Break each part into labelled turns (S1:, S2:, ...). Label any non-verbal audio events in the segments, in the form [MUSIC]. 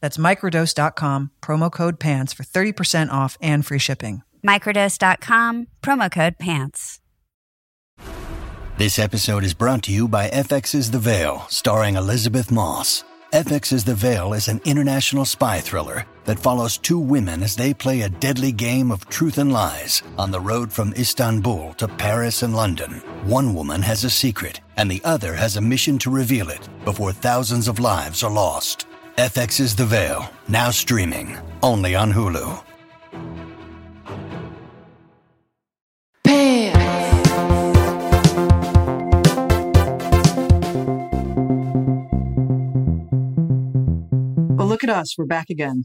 S1: That's microdose.com, promo code PANTS for 30% off and free shipping.
S2: Microdose.com, promo code PANTS.
S3: This episode is brought to you by FX's The Veil, starring Elizabeth Moss. FX's The Veil is an international spy thriller that follows two women as they play a deadly game of truth and lies on the road from Istanbul to Paris and London. One woman has a secret, and the other has a mission to reveal it before thousands of lives are lost. FX's The Veil, now streaming, only on Hulu.
S1: Well, look at us. We're back again.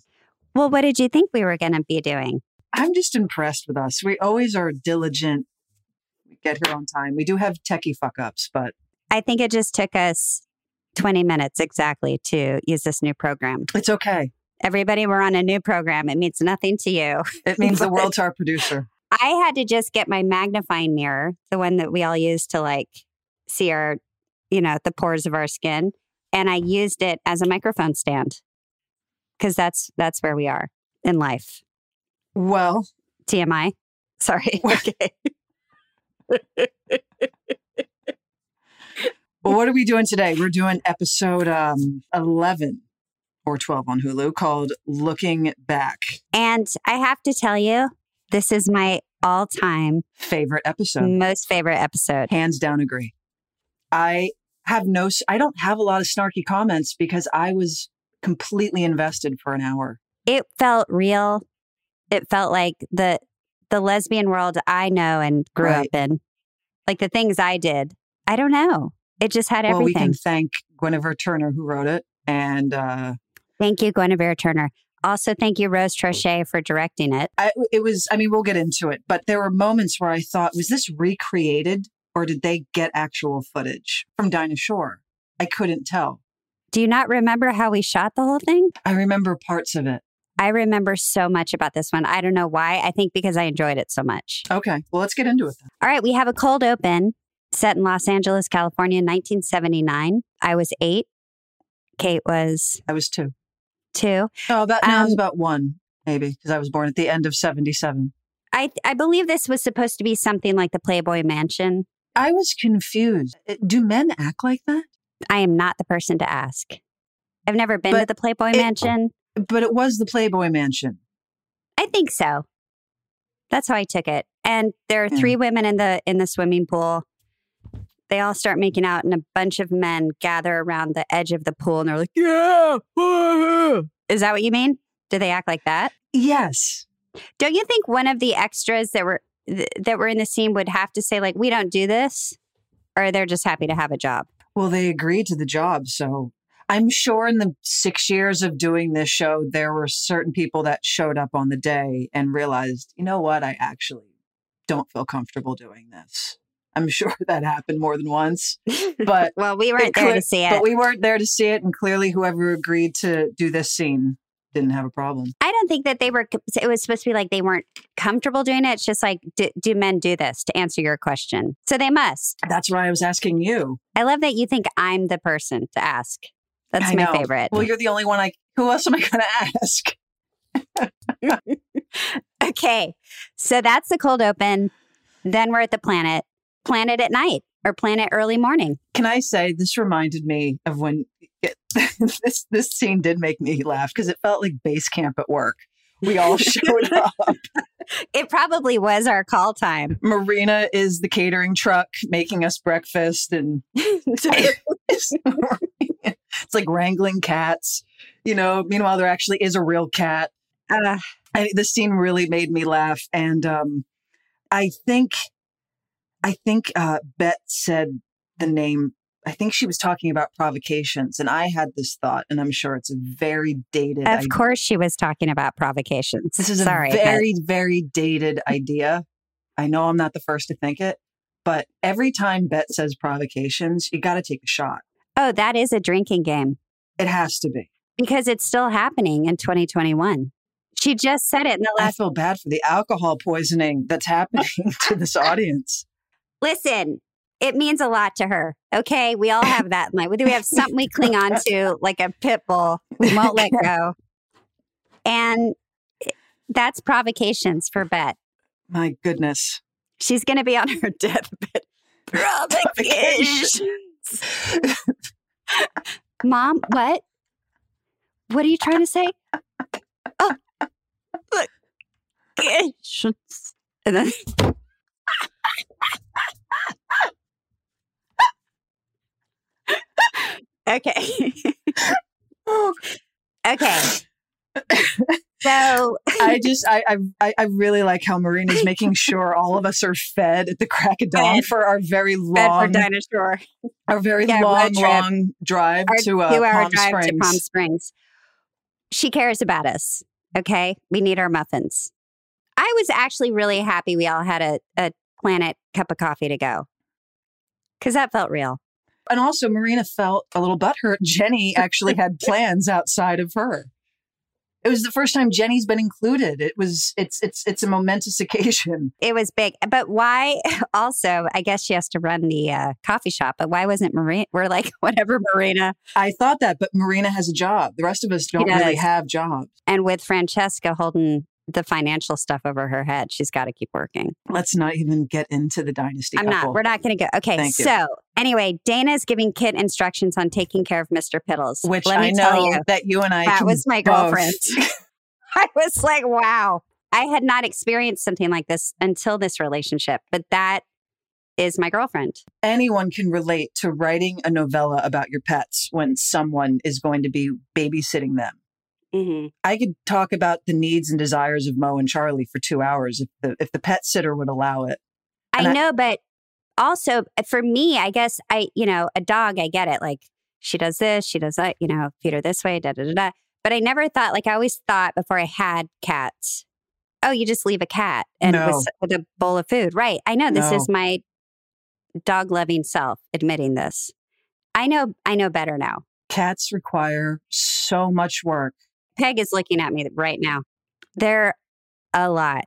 S2: Well, what did you think we were going to be doing?
S1: I'm just impressed with us. We always are diligent. We get here on time. We do have techie fuck ups, but
S2: I think it just took us 20 minutes exactly to use this new program.
S1: it's okay.
S2: Everybody, we're on a new program. It means nothing to you. [LAUGHS]
S1: It means [LAUGHS] the world to our producer.
S2: I had to just get my magnifying mirror, the one that we all use to like see our, you know, the pores of our skin, and I used it as a microphone stand because that's that's where we are in life.
S1: Well,
S2: TMI. Sorry. [LAUGHS] Okay.
S1: well, what are we doing today? We're doing episode um, 11 or 12 on Hulu called Looking Back.
S2: And I have to tell you, this is my all-time
S1: Favorite episode.
S2: most favorite episode.
S1: Hands down agree. I have no, s- I don't have a lot of snarky comments because I was completely invested for an hour.
S2: It felt real. It felt like the the lesbian world I know and grew
S1: Right.
S2: up in. Like the things I did. I don't know. It just had
S1: Well, we
S2: everything.
S1: can thank Guinevere Turner who wrote it. And uh,
S2: Thank you, Guinevere Turner. Also, thank you, Rose Trochet, for directing it.
S1: I, it was, I mean, we'll get into it, but there were moments where I thought, was this recreated or did they get actual footage from Dinah Shore? I couldn't tell.
S2: Do you not remember how we shot the whole thing?
S1: I remember parts of it.
S2: I remember so much about this one. I don't know why. I think because I enjoyed it so much.
S1: Okay. Well, let's get into it then.
S2: All right, we have a cold open set in Los Angeles, California, 1979. I was eight. Kate was
S1: I was two.
S2: two.
S1: Oh, about, no, I was
S2: Um,
S1: about one, maybe, because I was born at the end of 77.
S2: I, I believe this was supposed to be something like the Playboy Mansion.
S1: I was confused. Uh, Do men act like that?
S2: I am not the person to ask. I've never been to
S1: But
S2: the Playboy
S1: it-
S2: Mansion.
S1: But it was the Playboy Mansion.
S2: I think so. That's how I took it. And there are
S1: Yeah.
S2: three women in the in the swimming pool. They all start making out, and a bunch of men gather around the edge of the pool, and they're like,
S1: Yeah. [LAUGHS]
S2: "Is that what you mean? Do they act like that?"
S1: Yes.
S2: Don't you think one of the extras that were th- that were in the scene would have to say like, "We don't do this," or they're just happy to have a job?
S1: Well, they agreed to the job. So I'm sure in the six years of doing this show, there were certain people that showed up on the day and realized, you know what? I actually don't feel comfortable doing this. I'm [LAUGHS] sure that happened more than [LAUGHS] once, but
S2: Well, we weren't there to
S1: could-
S2: see it.
S1: But we weren't there to see it, and clearly, whoever agreed to do this scene didn't have a problem.
S2: I don't think that they were. It was supposed to be like they weren't comfortable doing it. It's just like, do, do men do this? To answer your question, so they must.
S1: That's why I was asking you.
S2: I love that you think I'm the person to ask. That's
S1: I
S2: my
S1: know.
S2: favorite.
S1: Well, you're the only one. I who else am I going to [LAUGHS] ask?
S2: [LAUGHS] okay. So that's the cold open. Then we're at the planet, planet at night or planet early morning.
S1: Can I say this reminded me of [LAUGHS] when this this scene did make me laugh because it felt like base camp at work we all showed up.
S2: It probably was our call
S1: [LAUGHS]
S2: time. [LAUGHS]
S1: Marina is the catering truck making us breakfast, and [LAUGHS]
S2: Uh,
S1: it's [LAUGHS] like wrangling cats. You know, meanwhile, there actually is a real cat.
S2: Uh,
S1: I, this scene really made me laugh, and um, I think, I think uh, Bet said the name. I think she was talking about provocations, and I had this thought, and I'm sure it's a very dated.
S2: of course, she was talking about provocations.
S1: This is
S2: Sorry,
S1: a
S2: but
S1: very, very dated idea. I know I'm not the first to think it, but every time Bet says provocations, you got to take a shot.
S2: oh, that is a drinking game
S1: It has to be.
S2: because it's still happening in 2021. She just said it in the
S1: I
S2: last.
S1: feel bad for the alcohol poisoning that's happening [LAUGHS] to this audience.
S2: Listen, it means a lot to her. Okay, we all have that. in life. we have something we cling on to, like a pit bull. We won't let go, and eh, that's provocations for Bet.
S1: My goodness.
S2: She's going to be on her [LAUGHS] deathbed. Provocations. Mom, what? What are you trying to say? Oh, provocations. And then [LAUGHS] Okay. [LAUGHS]
S1: Oh,
S2: Okay. So
S1: I just, I, I- I, I really like how Marina's making sure all of us are fed at the crack of dawn
S2: Fed.
S1: for our very
S2: Bedford
S1: long,
S2: dinosaur.
S1: our very
S2: Yeah,
S1: long,
S2: road trip.
S1: long drive
S2: Our
S1: to uh,
S2: two-hour
S1: Palm
S2: drive
S1: Springs.
S2: to Palm Springs. She cares about us. Okay, we need our muffins. I was actually really happy we all had a, a planet cup of coffee to go because that felt real.
S1: and also Marina felt a little butthurt. Jenny
S2: [LAUGHS]
S1: actually had plans outside of her. It was the first time Jenny's been included. It was it's it's it's a momentous occasion.
S2: It was big, but why? [LAUGHS] Also, I guess she has to run the uh, coffee shop. But why wasn't Marina? We're like [LAUGHS] whatever Marina
S1: I thought that, but Marina has a job. The rest of us don't really
S2: does.
S1: have jobs.
S2: and with Francesca holding the financial stuff over her head, she's got to keep working.
S1: Let's not even get into the dynasty.
S2: I'm not.
S1: couple.
S2: We're not going to go. Okay.
S1: Thank you.
S2: so anyway, Dana's giving Kit instructions on taking care of Mr. Piddles.
S1: Which
S2: let me
S1: I
S2: tell
S1: know
S2: you,
S1: that you and I
S2: that
S1: can
S2: was my
S1: both-
S2: girlfriend. [LAUGHS] I was like, wow, I had not experienced something like this until this relationship, but that is my girlfriend.
S1: Anyone can relate to writing a novella about your pets when someone is going to be babysitting them.
S2: Mm-hmm.
S1: I could talk about the needs and desires of Mo and Charlie for two hours if the if the pet sitter would allow it. And
S2: I
S1: I-
S2: know, but also eh, for me, I guess I, you know, a dog, I get it. Like she does this, she does that, you know, feed her this way, da da da da. But I never thought, like, I always thought before I had cats, oh, you just leave a cat and with,
S1: No.
S2: s- with a bowl of food. Right. I know this is
S1: No.
S2: my dog loving self admitting this. I know, I know better now.
S1: Cats require so much work.
S2: Peg is looking at me right now. They're a lot.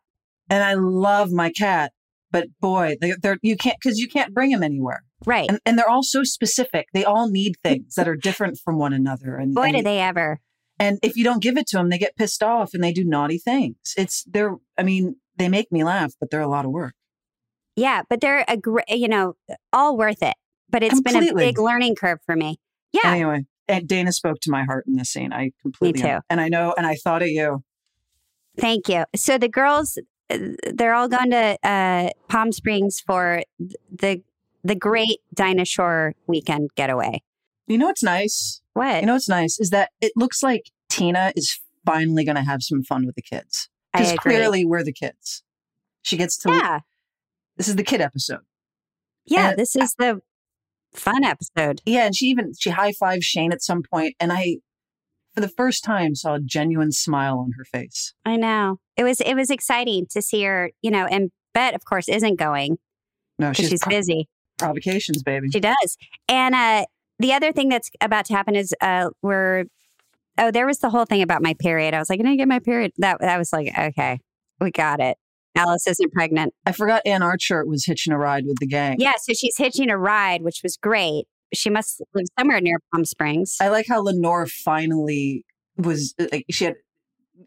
S1: And I love my cat, but boy, they, they're you can't because you can't bring them anywhere.
S2: Right.
S1: And, and they're all so specific. They all need things that are different from one another. And
S2: Boy,
S1: and,
S2: do they ever.
S1: and if you don't give it to them, they get pissed off and they do naughty things. It's they're I mean they make me laugh, but they're a lot of work.
S2: Yeah, but they're a great, you know, all worth it. But it's been a
S1: Completely.
S2: big learning curve for me. Yeah.
S1: Anyway, and Dana spoke to my heart in this scene. I completely
S2: too.
S1: and I know and I thought of you.
S2: Thank you. So the girls, uh, they're all going to uh, Palm Springs for th- the the great dinosaur weekend getaway.
S1: You know what's nice?
S2: What?
S1: You know what's nice is that it looks like Tina is finally going to have some fun with the kids
S2: I
S1: because
S2: agree.
S1: clearly we're the kids. She gets to
S2: yeah,
S1: this is the kid episode.
S2: yeah.
S1: and-
S2: this is the fun episode.
S1: Yeah, and she even she high fives Shane at some point, and I, for the first time, saw a genuine smile on her face.
S2: I know. It was it was exciting to see her. You know, and Bet, of course, isn't going
S1: No,
S2: because
S1: she's,
S2: she's
S1: pro-
S2: busy.
S1: provocations, baby.
S2: She does. And uh, the other thing that's about to happen is uh, we're oh, there was the whole thing about my period. I was like, I didn't get my period. That that was like, okay, we got it. Alice isn't pregnant.
S1: I forgot Ann Archer was hitching a ride with the gang.
S2: Yeah, so she's hitching a ride, which was great. She must live somewhere near Palm Springs.
S1: I like how Lenore finally was uh, like she had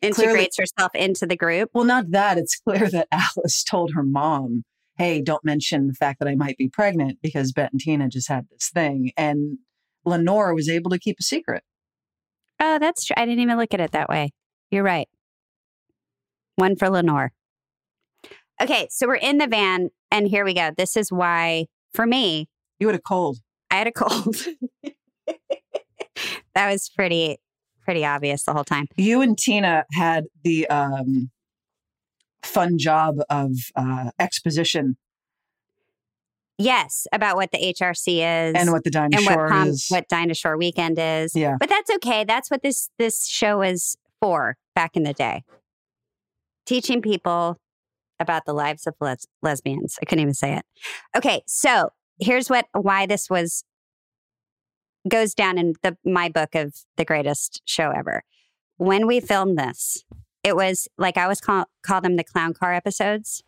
S2: Integrates herself into the group.
S1: Well, not that. It's clear that [LAUGHS] Alice told her mom, hey, don't mention the fact that I might be pregnant because Bet and Tina just had this thing. And Lenore was able to keep a secret.
S2: Oh, that's true. I didn't even look at it that way. You're right. One for Lenore. Okay, so we're in the van, and here we go. This is why, for me,
S1: You had a cold.
S2: I had a cold. [LAUGHS] that was pretty, pretty obvious the whole time.
S1: You and Tina had the um, fun job of uh, exposition
S2: Yes, about what the HRC is
S1: and what the
S2: and what,
S1: dinosaur
S2: prom-
S1: is.
S2: what Dinosaur Weekend is.
S1: yeah.
S2: But that's okay. That's what this this show is for back in the day. Teaching people about the lives of les- lesbians. I couldn't even say it. Okay, so here's what why this was goes down in the my book of the greatest show ever. When we filmed this, it was like I always call call them the clown car episodes.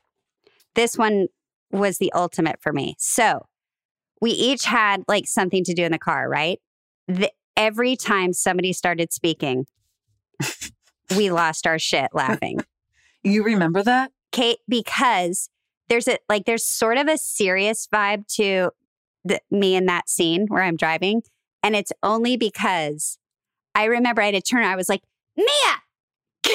S2: This one was the ultimate for me. So we each had like something to do in the car, right? The, every time somebody started speaking, we lost our shit laughing.
S1: You remember that?
S2: Kate, because there's a like there's sort of a serious vibe to the, me in that scene where I'm driving, and it's only because I remember I had a turn. I was like, Mia, [LAUGHS]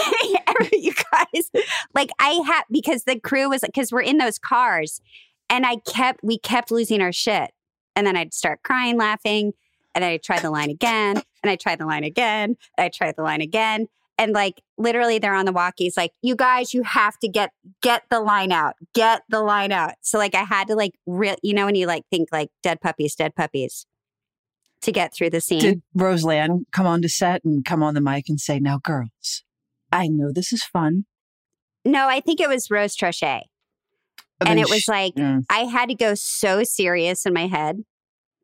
S2: Every- you guys, like I had because the crew was because we're in those cars, and I kept we kept losing our shit, and then I'd start crying, laughing, and then I tried the line again, and I tried the line again, and I tried the line again. And like literally, they're on the walkies, like, you guys, you have to get get the line out, get the line out. So like I had to like real, you know, when you like think like dead puppies, dead puppies, to get through the scene.
S1: Did Roseland come onto set and come on the mic and say, Now, girls, I know this is fun.
S2: no, I think it was Rose Trochet,
S1: But
S2: and
S1: Oh, then
S2: it was
S1: she-
S2: like
S1: Mm.
S2: I had to go so serious in my head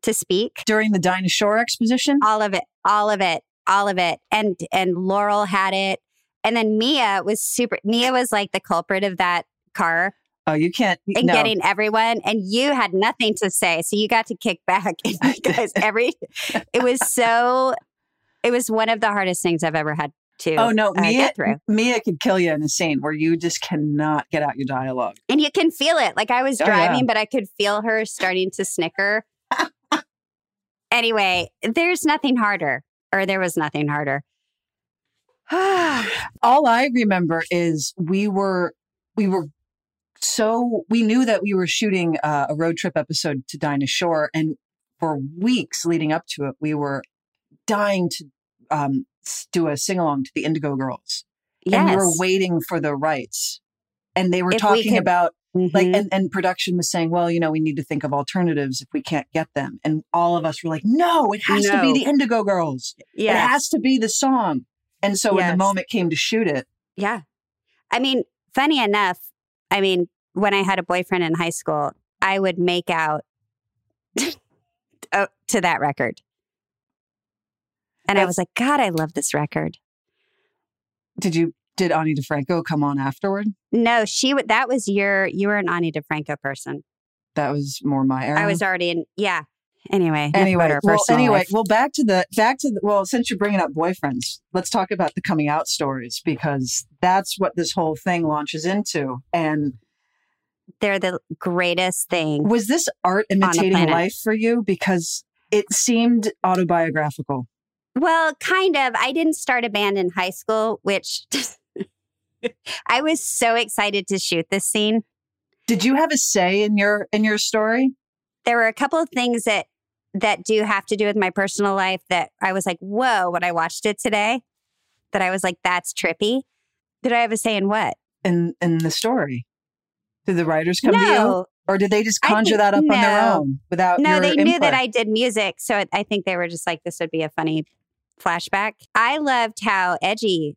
S2: to speak.
S1: during the dinosaur exposition.
S2: all of it all of it all of it and and laurel had it and then mia was super mia was like the culprit of that car
S1: Oh, you can't.
S2: and
S1: no.
S2: getting everyone and you had nothing to say so you got to kick back [LAUGHS] and
S1: [LAUGHS]
S2: you guys every it was so it was one of the hardest things i've ever had to
S1: Oh no,
S2: uh,
S1: Mia!
S2: get through
S1: Mia could kill you in a scene where you just cannot get out your dialogue.
S2: and you can feel it like i was
S1: Oh, yeah.
S2: driving but i could feel her starting to
S1: [LAUGHS]
S2: snicker anyway there's nothing harder or there was nothing harder
S1: All I remember is we were we were so we knew that we were shooting uh, a road trip episode to Dinah Shore, and for weeks leading up to it, we were dying to um, s- do a sing along to the Indigo Girls,
S2: yes.
S1: and we were waiting for the rights. And they were
S2: If we
S1: talking
S2: could-
S1: about like
S2: Mhm.
S1: and, and production was saying well you know we need to think of alternatives if we can't get them and all of us were like no it has to be
S2: No.
S1: the indigo girls it
S2: yeah
S1: has to be the song and so when
S2: Yes.
S1: the moment came to shoot it
S2: yeah i mean funny enough i mean when i had a boyfriend in high school i would make out [LAUGHS] oh, to that record and i
S1: That's-
S2: was like god i love this record
S1: did you did ani defranco come on afterward
S2: no she would that was your you were an ani defranco person
S1: that was more my era
S2: i was already in yeah anyway enough about
S1: Um, anyway
S2: her
S1: well
S2: personal
S1: anyway
S2: life.
S1: well back to the back to the well since you're bringing up boyfriends let's talk about the coming out stories because that's what this whole thing launches into and
S2: they're the greatest thing
S1: was this art imitating
S2: planet.
S1: life for you because it seemed autobiographical
S2: Well, kind of. I didn't start a band in high school, which [LAUGHS] I was so excited to shoot this scene.
S1: Did you have a say in your in your story?
S2: There were a couple of things that that do have to do with my personal life that I was like, "Whoa!" When I watched it today, that I was like, "That's trippy." Did I have a say in what?
S1: In in the story? Did the writers come to you?
S2: no,
S1: Or did they just
S2: I
S1: conjure
S2: think-
S1: that up on their
S2: no.
S1: own without
S2: no,
S1: uh, your
S2: they knew that
S1: input?
S2: I did music, so it- I think they were just like, "This would be a funny flashback." I loved how edgy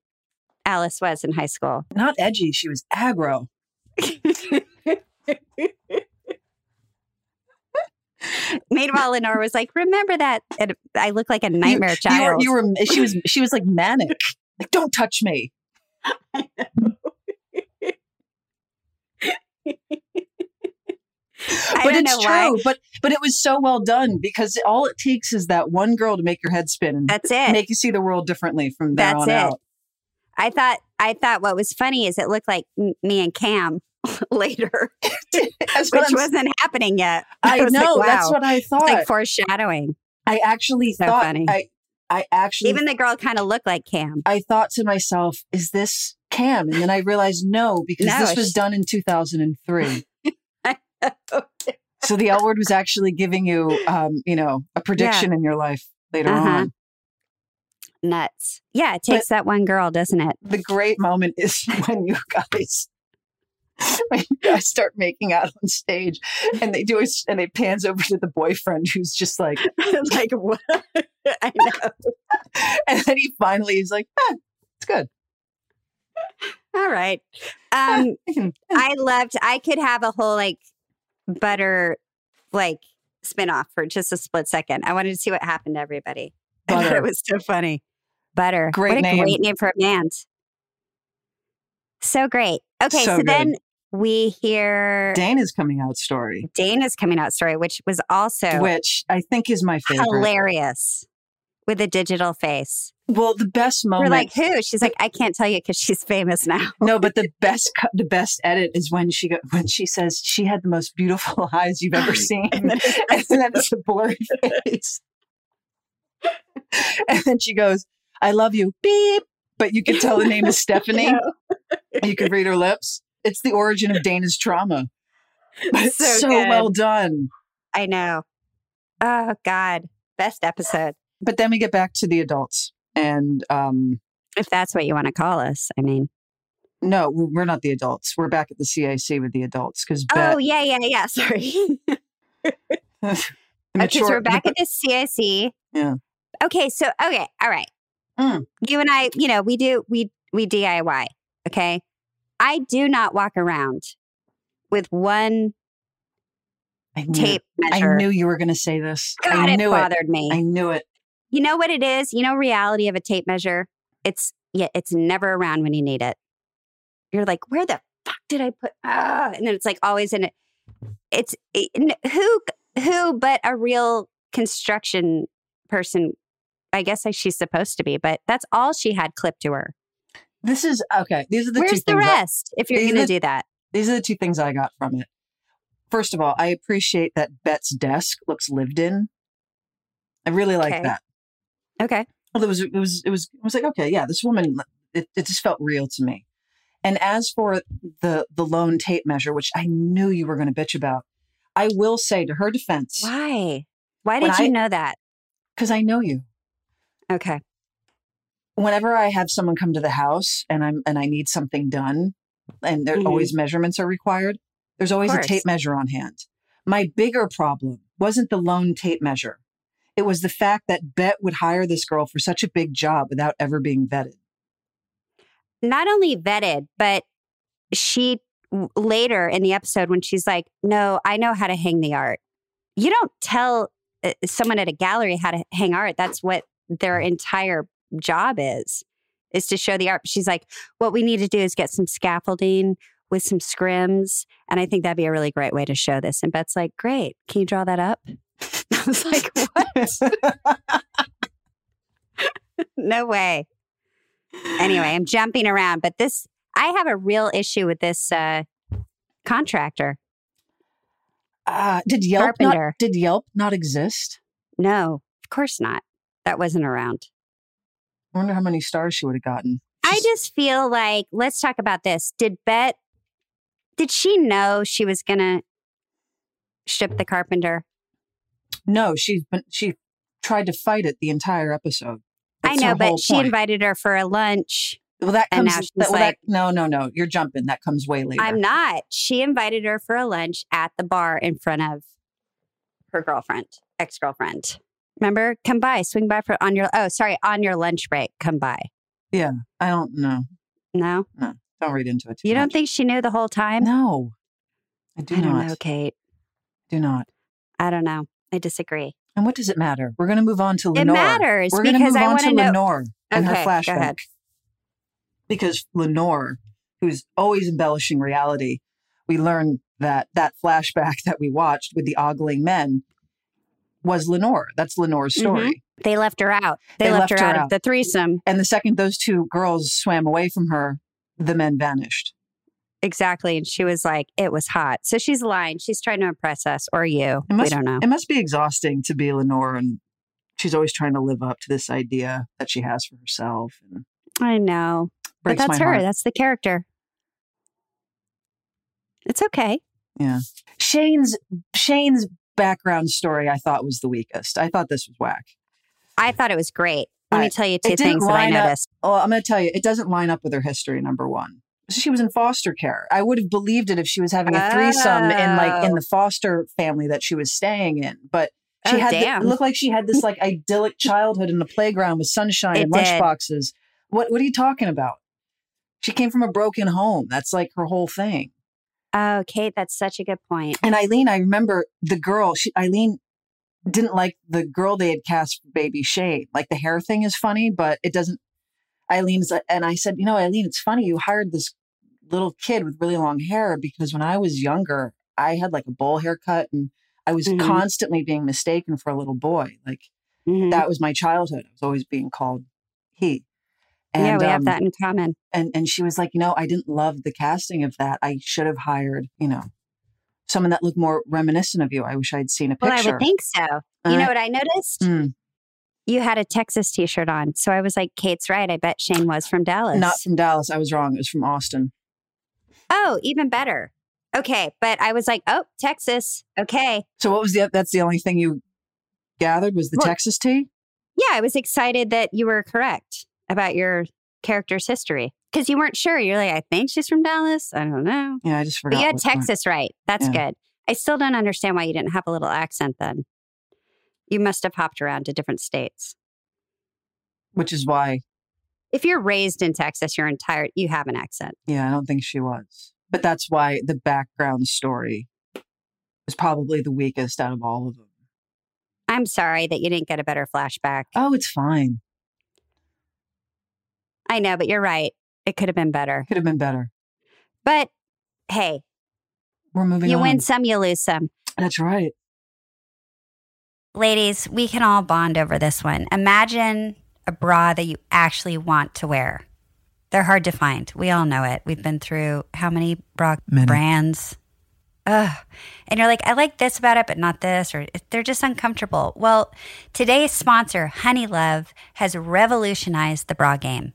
S2: Alice was in high school.
S1: not edgy, she was aggro.
S2: Meanwhile, Lenore was like, "Remember that?" And I look like a nightmare
S1: you,
S2: child.
S1: You were, you were she was she was like manic. Like, don't touch me.
S2: I
S1: but
S2: don't
S1: it's
S2: know
S1: true.
S2: why.
S1: But but it was so well done because all it takes is that one girl to make your head spin and
S2: That's it.
S1: make you see the world differently from there
S2: That's
S1: on
S2: it.
S1: out. [LAUGHS]
S2: I thought. I thought what was funny is it looked like m- me and Cam [LAUGHS] later,
S1: That's what
S2: which
S1: I'm-
S2: wasn't happening yet. [LAUGHS]
S1: [LAUGHS] I
S2: was like,
S1: know, that's
S2: wow.
S1: what I
S2: It's
S1: thought.
S2: like foreshadowing.
S1: I actually
S2: So
S1: thought
S2: funny.
S1: I I actually
S2: Even the girl kind of looked like Cam.
S1: I thought to myself, is this Cam. And then I realized no, because
S2: No,
S1: this
S2: it's-
S1: was done in [LAUGHS] 2003. So the L word was actually giving you, um, you know, a prediction in your life later
S2: Uh-huh.
S1: on.
S2: Nuts. Yeah, it takes that one girl, doesn't it?
S1: The great moment is [LAUGHS] when you guys. When you guys start making out on stage, and they do it, and it pans over to the boyfriend who's just [LAUGHS] like, [LAUGHS]
S2: like what? I know.
S1: and then he finally is like, "Ah, "It's good."
S2: All
S1: [LAUGHS]
S2: right. Um,
S1: I can-
S2: I loved. I could have a whole like butter like spinoff for just a split second. I wanted to see what happened to everybody. [LAUGHS] I thought
S1: Butter.
S2: it was so funny. Butter.
S1: Great
S2: what a
S1: name.
S2: great name for a band. So great. Okay,
S1: So
S2: so,
S1: good.
S2: then we hear
S1: Dana's coming out story,
S2: Dana's coming out story, which was also
S1: which I think is my favorite.
S2: hilarious with a digital face.
S1: Well, the best
S2: We're
S1: moment.
S2: like, who? She's like, I can't tell you because she's famous now. [LAUGHS]
S1: no, but the best, cut, the best edit is when she go, when she says she had the most beautiful [LAUGHS] eyes
S2: [LAUGHS]
S1: you've ever seen, [LAUGHS] and then it's a blurry face, [LAUGHS] and then she goes, "I love you," beep, but you can tell the
S2: [LAUGHS]
S1: name is Stephanie. You can read her lips. It's the origin of Dana's trauma, but it's
S2: So
S1: so,
S2: good.
S1: well done.
S2: I know. Oh God, best episode.
S1: But then we get back to the adults, and um,
S2: If that's what you want to call us, I mean.
S1: no, we're we're not the adults. We're back at the CAC with the adults because
S2: Oh yeah, yeah, yeah. Sorry. okay, so Oh, we're back at the CSE.
S1: Yeah.
S2: Okay, so okay, all right.
S1: Mm.
S2: You and I, you know, we do we we DIY. Okay, I do not walk around with one
S1: I knew,
S2: tape
S1: I
S2: measure.
S1: knew you were going to say this.
S2: God,
S1: I knew
S2: it bothered me.
S1: I knew it.
S2: you know what it is? You know reality of a tape measure? It's yeah, it's never around when you need it. You're like, where the fuck did I put? Ah, and then it's like always in it. It's it- n- who who but a real construction person. I guess like she's supposed to be, but that's all she had clipped to her.
S1: This is okay. These are the two
S2: Where's the
S1: things. I,
S2: rest? if you're
S1: these are
S2: going to
S1: the-
S2: do that,
S1: these are the two things I got from it. First of all, I appreciate that Bet's desk looks lived in. I really like
S2: Okay.
S1: that.
S2: okay.
S1: Well, it was it was it was I was like okay, yeah, this woman. It, it just felt real to me. And as for the the lone tape measure, which I knew you were going to bitch about, I will say to her defense
S2: Why? Why
S1: When
S2: did you
S1: I-
S2: know that?
S1: because I know you.
S2: Okay.
S1: whenever I have someone come to the house and I'm and I need something done, and there
S2: Mhm.
S1: always measurements are required. There's always a
S2: course.
S1: tape measure on hand. My bigger problem wasn't the lone tape measure. It was the fact that Bet would hire this girl for such a big job without ever being vetted.
S2: not only vetted, but she w- later in the episode when she's like, "No, I know how to hang the art." You don't tell uh, someone at a gallery how to hang art. That's what their entire job is, is to show the art. She's like, "What we need to do is get some scaffolding with some scrims, and I think that'd be a really great way to show this." And Bet's like, "Great, can you draw that up?" [LAUGHS] I was like, [LAUGHS] "What? no way."
S1: [LAUGHS]
S2: anyway, I'm jumping around, but this I have a real issue with this uh contractor.
S1: [LAUGHS] Ah, did Yelp not,
S2: Carpenter.
S1: did Yelp not exist?
S2: No, of course not. That wasn't around.
S1: I wonder how many stars she would have gotten.
S2: I just feel like let's talk about this. Did Bet did she know she was going to ship the carpenter?
S1: No, she's been she tried to fight it the entire episode. That's
S2: I know,
S1: her
S2: but
S1: whole
S2: she
S1: point.
S2: invited her for a lunch.
S1: Well, that
S2: And
S1: comes.
S2: now she's
S1: that- well,
S2: like-
S1: that, no, no, no. You're jumping. That comes way later.
S2: I'm not. She invited her for a lunch at the bar in front of her girlfriend, ex-girlfriend. Remember, come by, swing by for on your oh, sorry, on your lunch break, come by.
S1: I don't know.
S2: No?
S1: Don't read into it. Too
S2: You don't
S1: much.
S2: think she knew the whole time?
S1: No, I do
S2: I don't
S1: not.
S2: know, Kate.
S1: Do not.
S2: I don't know. I disagree.
S1: And what does it matter? We're going to move on to
S2: It
S1: Lenore.
S2: matters
S1: We're gonna
S2: because
S1: move
S2: I
S1: on
S2: want
S1: to
S2: to know.
S1: Lenore and her
S2: Okay, go ahead.
S1: flashback. Because Lenore, who's always embellishing reality, we learn that that flashback [LAUGHS] that we watched with the ogling men was Lenore. That's Lenore's
S2: Mm-hmm.
S1: story.
S2: They left her out. They, left, her, out, of the threesome.
S1: And the second those two girls swam away from her, the men vanished.
S2: Exactly. And she was like, it was hot. So she's lying. She's trying to impress us or you.
S1: It must-
S2: we don't know.
S1: It must be exhausting to be Lenore, and she's always trying to live up to this idea that she has for herself. And
S2: I know. but
S1: breaks
S2: that's
S1: my
S2: her.
S1: heart.
S2: That's the character. It's okay.
S1: Shane's Shane's background story I thought was the weakest. I thought this was whack.
S2: I thought it was great. Let me
S1: I-
S2: tell you two
S1: it didn't
S2: things that I
S1: line up.
S2: noticed.
S1: Oh, I'm going to tell you, it doesn't line up with her history. Number one, she was in foster care. I would have believed it if she was having a threesome in like in the foster family that she was staying in, but. She
S2: Oh,
S1: had the-
S2: damn.
S1: it looked like she had this like idyllic childhood in the playground with sunshine
S2: It
S1: and
S2: did.
S1: lunchboxes. What what are you talking about? She came from a broken home. That's like her whole thing.
S2: Oh, Kate, that's such a good
S1: [LAUGHS]
S2: point.
S1: And Eileen, I remember the girl. She, Eileen didn't like the girl they had cast for Baby Shade. Like the hair thing is funny, but it doesn't. Eileen's and I said, you know, Eileen, it's funny you hired this little kid with really long hair because when I was younger, I had like a bowl haircut and I was
S2: Mhm.
S1: constantly being mistaken for a little boy. Like
S2: Mhm.
S1: that was my childhood. I was always being called he.
S2: yeah, we
S1: um,
S2: have that in common.
S1: and and she was like you know i didn't love the casting of that i should have hired you know someone that looked more reminiscent of you i wish i'd seen a
S2: Well, I
S1: picture
S2: would think so. you
S1: Uh,
S2: know what I noticed?
S1: mm,
S2: You had a Texas t shirt on. So I was like, Kate's right. I bet Shane was from Dallas.
S1: not from dallas i was wrong it was from austin
S2: oh, even better. Okay. But I was like, oh, Texas. Okay.
S1: so what was the that's the only thing you gathered was the
S2: Well-
S1: texas tea
S2: Yeah, I was excited that you were correct about your character's history because you weren't sure. You're like, I think she's from Dallas. I don't know.
S1: yeah i just forgot
S2: But you had
S1: which one.
S2: Texas right. That's
S1: Yeah.
S2: good. I still don't understand why you didn't have a little accent then. You must have hopped around to different states.
S1: which is why
S2: If you're raised in Texas, your entire you have an accent.
S1: yeah i don't think she was but that's why the background story was probably the weakest out of all of them
S2: I'm sorry that you didn't get a better flashback.
S1: oh it's fine
S2: I know, but you're right. It could have been better.
S1: could have been better
S2: But hey,
S1: we're moving
S2: you
S1: on
S2: win some, you lose some.
S1: that's right
S2: Ladies, we can all bond over this one. Imagine a bra that you actually want to wear. They're hard to find. We all know it. We've been through how many bra
S4: Many.
S2: brands? Ugh. And you're like, I like this about it, but not this, or they're just uncomfortable. Well, today's sponsor, Honey Love, has revolutionized the bra game.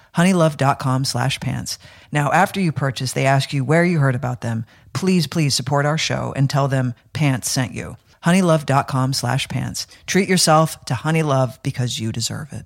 S4: honeylove.com slash pants. Now, after you purchase, they ask you where you heard about them. Please, please support our show and tell them pants sent you. Honeylove.com slash pants. Treat yourself to Honey Love because you deserve it.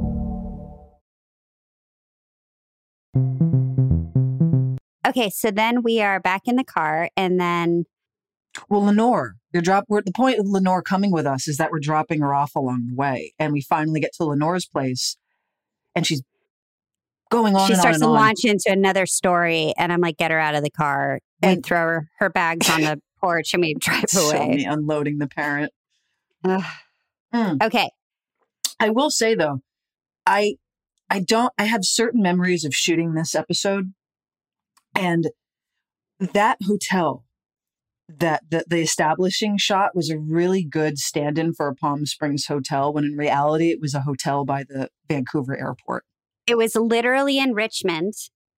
S2: Okay, so then we are back in the car, and then
S1: Well, Lenore, you're drop. We're, the point of Lenore coming with us is that we're dropping her off along the way, and we finally get to Lenore's place, and she's going on.
S2: she
S1: and
S2: starts
S1: on
S2: to
S1: and on.
S2: launch into another story, and I'm like, get her out of the car. We
S1: And-
S2: throw her, her bags on
S1: [LAUGHS]
S2: the porch and we drive
S1: So
S2: away.
S1: me unloading the parent.
S2: [SIGHS] Ugh.
S1: Mm.
S2: Okay.
S1: I will say though, I I don't. I have certain memories of shooting this episode, and that hotel that the, the establishing shot was a really good stand-in for a Palm Springs hotel when in reality it was a hotel by the Vancouver airport.
S2: It was literally in Richmond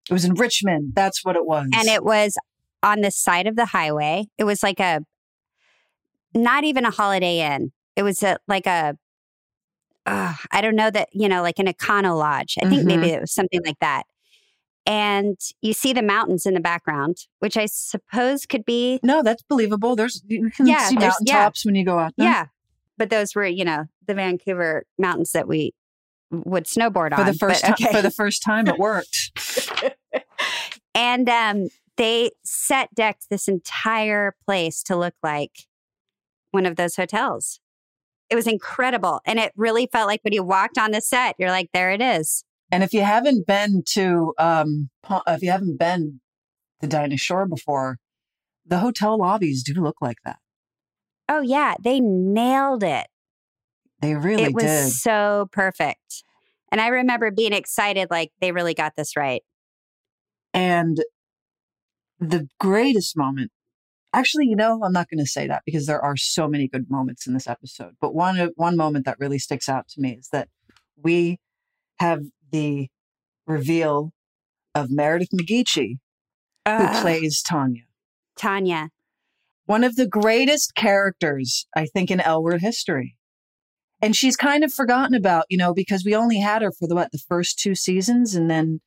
S1: It was in Richmond. That's what it was.
S2: and it was on the side of the highway. It was like a not even a Holiday Inn. It was a, like a uh, I don't know that you know like an Econo Lodge. I think
S1: Mhm.
S2: maybe it was something like that. And you see the mountains in the background, which I suppose could be
S1: no, that's believable. There's you can
S2: Yeah,
S1: see
S2: there's- yeah.
S1: mountaintops when you go out there.
S2: yeah. But those were you know the Vancouver mountains that we would snowboard
S1: For
S2: on
S1: the first
S2: But
S1: time,
S2: okay.
S1: for the first time, it worked.
S2: and um, they set decked this entire place to look like one of those hotels. It was incredible, and it really felt like when you walked on the set, you're like, "There it is."
S1: And if you haven't been to, um, Pa- if you haven't been to Dinah Shore before, the hotel lobbies do look like that.
S2: Oh yeah, they nailed it.
S1: They really
S2: it was
S1: did.
S2: so perfect, and I remember being excited, like they really got this right.
S1: And the greatest moment, actually, you know, I'm not going to say that because there are so many good moments in this episode. But one one moment that really sticks out to me is that we have the reveal of Meredith McGeechee, who
S5: Ah.
S2: Ugh,
S1: plays Tanya.
S2: Tanya?
S1: One of the greatest characters, I think, in L word history. And she's kind of forgotten about, you know, because we only had her for the what, the first two seasons. And then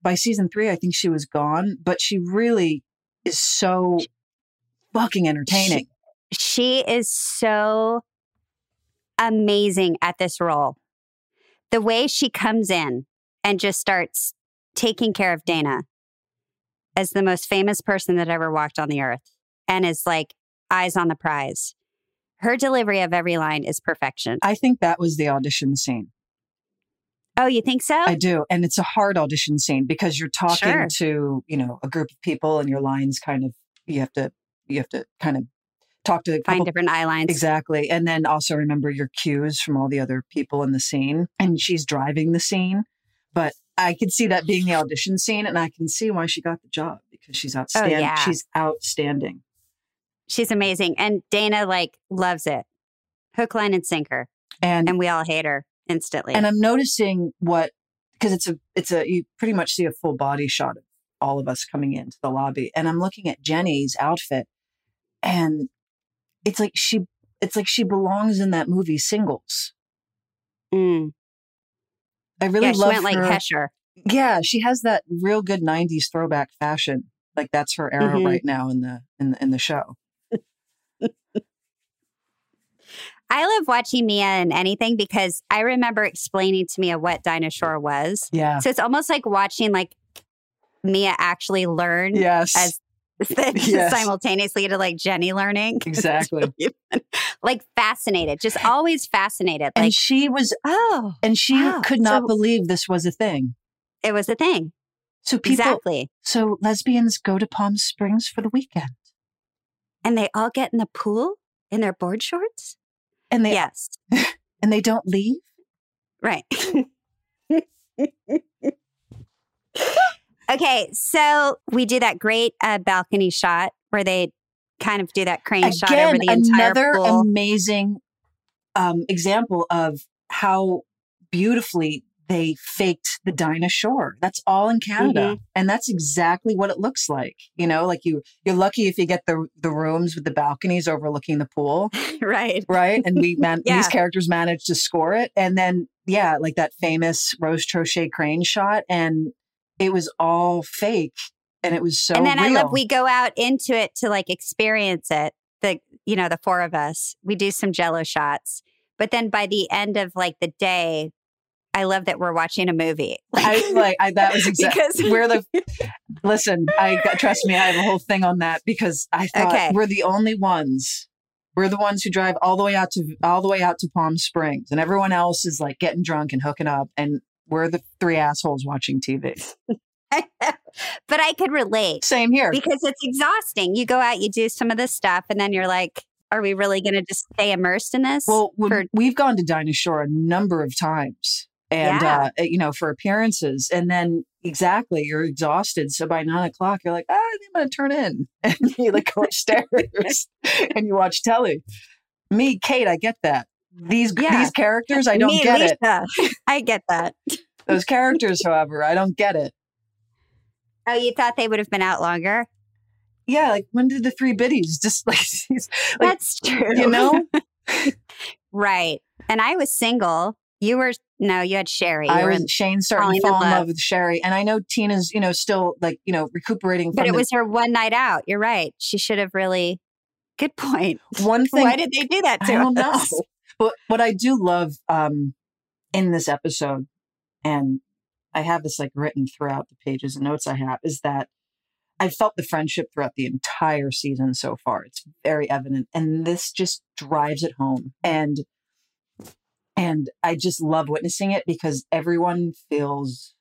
S1: by season three, I think she was gone. But she really is so fucking entertaining.
S2: she is so amazing at this role. The way she comes in and just starts taking care of Dana as the most famous person that ever walked on the earth and is like eyes on the prize. Her delivery of every line is perfection.
S1: I think that was the audition scene.
S2: Oh, you think so?
S1: I do. And it's a hard audition scene because you're talking
S2: Sure.
S1: to, you know, a group of people and your lines kind of, you have to, you have to kind of talk to a
S2: Find
S1: couple
S2: different eye lines.
S1: Exactly. And then also remember your cues from all the other people in the scene. And she's driving the scene. But I could see
S2: [SIGHS]
S1: that being the audition scene and I can see why she got the job because she's outstanding.
S2: Oh, yeah.
S1: She's outstanding.
S2: She's amazing. And Dana like loves it. Hook, line, and sinker.
S1: And
S2: And we all hate her instantly.
S1: and I'm noticing what because it's a it's a you pretty much see a full body shot of all of us coming into the lobby. And I'm looking at Jenny's outfit and it's like she it's like she belongs in that movie singles.
S2: Mm.
S1: I really
S2: yeah, she
S1: love
S2: went like
S1: her.
S2: Hesher.
S1: yeah she has that real good 90s throwback fashion like that's her era
S2: Mhm.
S1: right now in the in the, in the show
S2: I love watching Mia in anything because I remember explaining to Mia what dinosaur was.
S1: yeah
S2: So it's almost like watching like Mia actually learn
S1: yes
S2: as [LAUGHS] things
S1: [LAUGHS] Yes.
S2: simultaneously to like Jenny learning. It's
S1: Exactly.
S2: really fun. like fascinated, just always fascinated.
S1: and
S2: Like,
S1: she was
S2: oh,
S1: and she
S2: wow.
S1: could not
S2: So-
S1: believe this was a thing
S2: it was a thing.
S1: so people
S2: Exactly.
S1: so lesbians go to palm springs for the weekend
S2: And they all get in the pool in their board shorts.
S1: and they
S2: Yes.
S1: and they don't leave [LAUGHS]
S2: Right. okay, so we do that great uh, balcony shot where they kind of do that crane shot over
S1: again
S2: the entire
S1: another
S2: pool.
S1: amazing um, example of how beautifully they faked the dinosaur that's all in canada
S2: Mm-hmm.
S1: and that's exactly what it looks like you know like you you're lucky if you get the the rooms with the balconies overlooking the pool
S2: [LAUGHS] right.
S1: right and
S2: [LAUGHS]
S1: we man-
S2: Yeah.
S1: these characters managed to score it and then yeah like that famous rose trochet crane shot and it was all fake and it was so
S2: and then I love
S1: real.
S2: we go out into it to like experience it. The you know, the four of us. We do some jello shots. But then by the end of like the day, I love that we're watching a movie. [LAUGHS]
S1: I like I, that was exactly [LAUGHS]
S2: because
S1: we're the listen. I trust me. I have a whole thing on that because I thought
S2: Okay.
S1: we're the only ones. We're the ones who drive all the way out to all the way out to Palm Springs, and everyone else is like getting drunk and hooking up, and we're the three assholes watching TV.
S2: [LAUGHS] but I could relate.
S1: Same here.
S2: because it's exhausting. You go out, you do some of this stuff, and then you're like, are we really going to just stay immersed in this?
S1: Well, when-
S2: for-
S1: we've gone to Dinosaur a number of times, and
S2: Yeah.
S1: uh, you know for appearances, and then exactly you're exhausted. So by nine o'clock, you're like, ah, I think I'm gonna turn in, [LAUGHS] and you like go upstairs [LAUGHS] and you watch telly. Me, Kate, I get that. These
S2: Yeah.
S1: these characters, I don't
S2: Me,
S1: get it.
S2: Lisa. [LAUGHS] I get that.
S1: Those characters, however, I don't get it.
S2: Oh, you thought they would have been out longer?
S1: Yeah, like when did the three biddies just [LAUGHS] like, like
S2: That's true.
S1: you know?
S2: [LAUGHS] right. And I was single. You were no, you had Sherry. You
S1: I
S2: were-
S1: was Shane
S2: falling
S1: starting to
S2: in
S1: fall in
S2: love.
S1: love with Sherry, and I know Tina's you know still like you know recuperating.
S2: but
S1: from
S2: it
S1: the-
S2: was her one night out. You're right. She should have really. Good point.
S1: one thing.
S2: Why did they do that to
S1: I don't know.
S2: us?
S1: [LAUGHS] But what I do love um, in this episode, and I have this like written throughout the pages and notes I have, is that I felt the friendship throughout the entire season so far. It's very evident, and this just drives it home. And and I just love witnessing it because everyone feels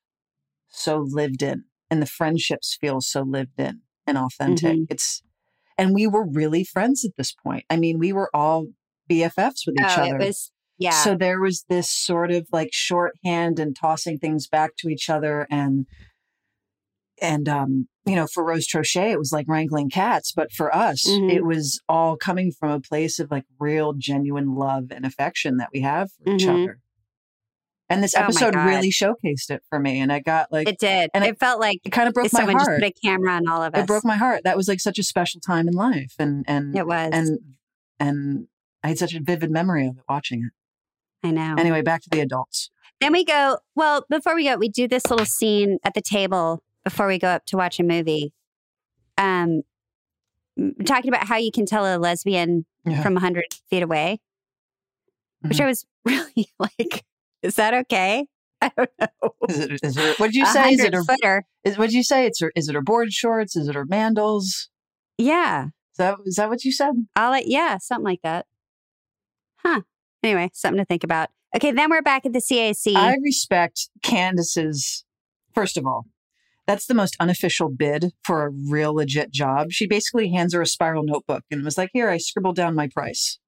S1: so lived in, and the friendships feel so lived in and authentic.
S2: Mhm.
S1: It's and we were really friends at this point. I mean, we were all BFFs with each
S2: oh,
S1: other.
S2: it was yeah.
S1: So there was this sort of like shorthand and tossing things back to each other and and um you know for Rose Trochet it was like wrangling cats but for us
S2: Mhm.
S1: it was all coming from a place of like real genuine love and affection that we have for each
S2: Mhm.
S1: other. And this
S2: Oh my
S1: episode
S2: God.
S1: really showcased it for me and I got like
S2: it
S1: it,
S2: did.
S1: and
S2: it, felt like
S1: kind of broke my
S2: someone just
S1: heart.
S2: put a camera on all of us.
S1: It broke my heart. That was like such a special time in life and and
S2: It was.
S1: and and I had such a vivid memory of it watching it.
S2: I know.
S1: Anyway, back to the adults.
S2: Then we go, well, before we go, we do this little scene at the table before we go up to watch a movie. Um, m- talking about how you can tell a lesbian
S1: Yeah. Mm-hmm.
S2: from 100 feet away, which I was [LAUGHS] really like, is that okay? [LAUGHS] I don't know.
S1: Is it, is it, what'd you
S2: A
S1: say? Is it
S2: 100
S1: her,
S2: footer?
S1: is, what'd you say? It's her, is it her board shorts? Is it her mandals? Is
S2: Yeah.
S1: that, is that what you said?
S2: I'll let, yeah, something like that. Huh. Anyway, something to think about. Okay, then we're back at the CAC.
S1: I respect Candace's, first of all, that's the most unofficial bid for a real legit job. She basically hands her a spiral notebook and was like, here, I scribbled down my price.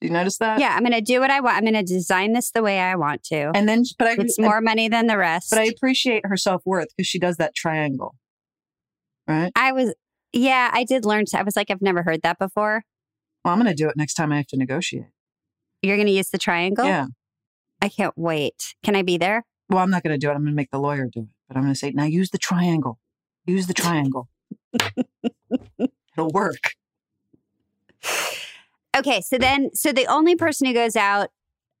S1: Do you notice that?
S2: yeah, I'm going to do what I want. I'm going to design this the way I want to.
S1: And then, but I,
S2: it's more money than the rest.
S1: but I appreciate her self worth because she does that triangle, right?
S2: I was, yeah, I did learn. To, I was like, I've never heard that before.
S1: Well, I'm going to do it next time I have to negotiate.
S2: You're going to use the triangle?
S1: Yeah.
S2: I can't wait. Can I be there?
S1: well, I'm not going to do it. I'm going to make the lawyer do it. But I'm going to say, now use the triangle. Use the triangle. It'll work.
S2: Okay. So then, so the only person who goes out,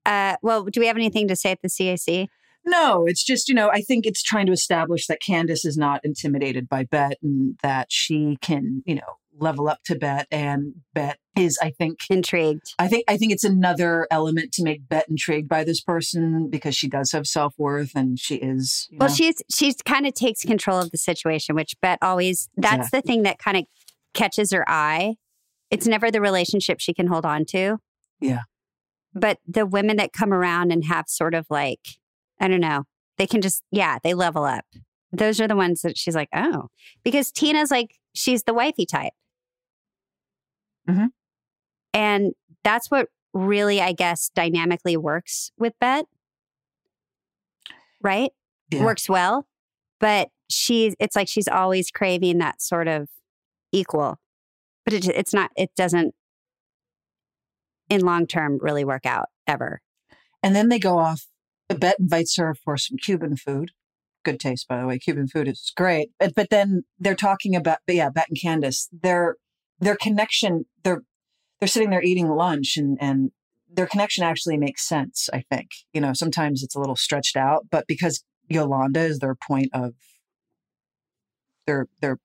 S2: uh, well, do we have anything to say at the CAC?
S1: No, it's just, you know, I think it's trying to establish that Candace is not intimidated by Bet and that she can, you know, level up to Bet. And Bet is, I think,
S2: Intrigued.
S1: I think I think it's another element to make Bet intrigued by this person because she does have self worth and she is. You
S2: Well,
S1: know-
S2: she's, she's kind of takes control of the situation, which Bet always, that's the thing that kind of catches her eye. It's never the relationship she can hold on to.
S1: Yeah.
S2: But the women that come around and have sort of like, I don't know, they can just, yeah, they level up. Those are the ones that she's like, oh, because Tina's like, she's the wifey type.
S1: Mhm.
S2: And that's what really, I guess, dynamically works with Bet, right?
S1: Yeah.
S2: Works well. But she's, it's like she's always craving that sort of equal, but it, it's not, it doesn't in long term really work out ever.
S1: And then they go off. Bet invites her for some Cuban food. Good taste, by the way. Cuban food is great. But, but then they're talking about, but yeah, Bet and Candace, their their connection. They're they're sitting there eating lunch, and and their connection actually makes sense. I think you know sometimes it's a little stretched out, but because Yolanda is their point of their their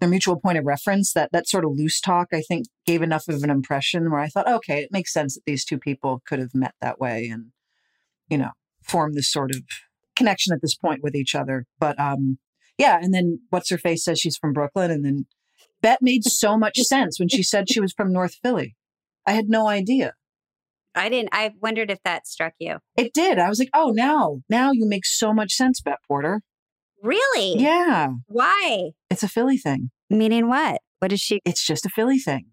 S1: their mutual point of reference, that that sort of loose talk, I think, gave enough of an impression where I thought, okay, it makes sense that these two people could have met that way and you know form this sort of connection at this point with each other. But um, yeah, and then what's her face says she's from Brooklyn, and then that made so much sense when she said she was from North Philly. I had no idea.
S2: I didn't, I wondered if that struck you.
S1: It did. I was like, oh, now, now you make so much sense, Bet Porter.
S2: Really?
S1: Yeah,
S2: Why?
S1: it's a Philly thing.
S2: Meaning what? What is she?
S1: It's just a Philly thing.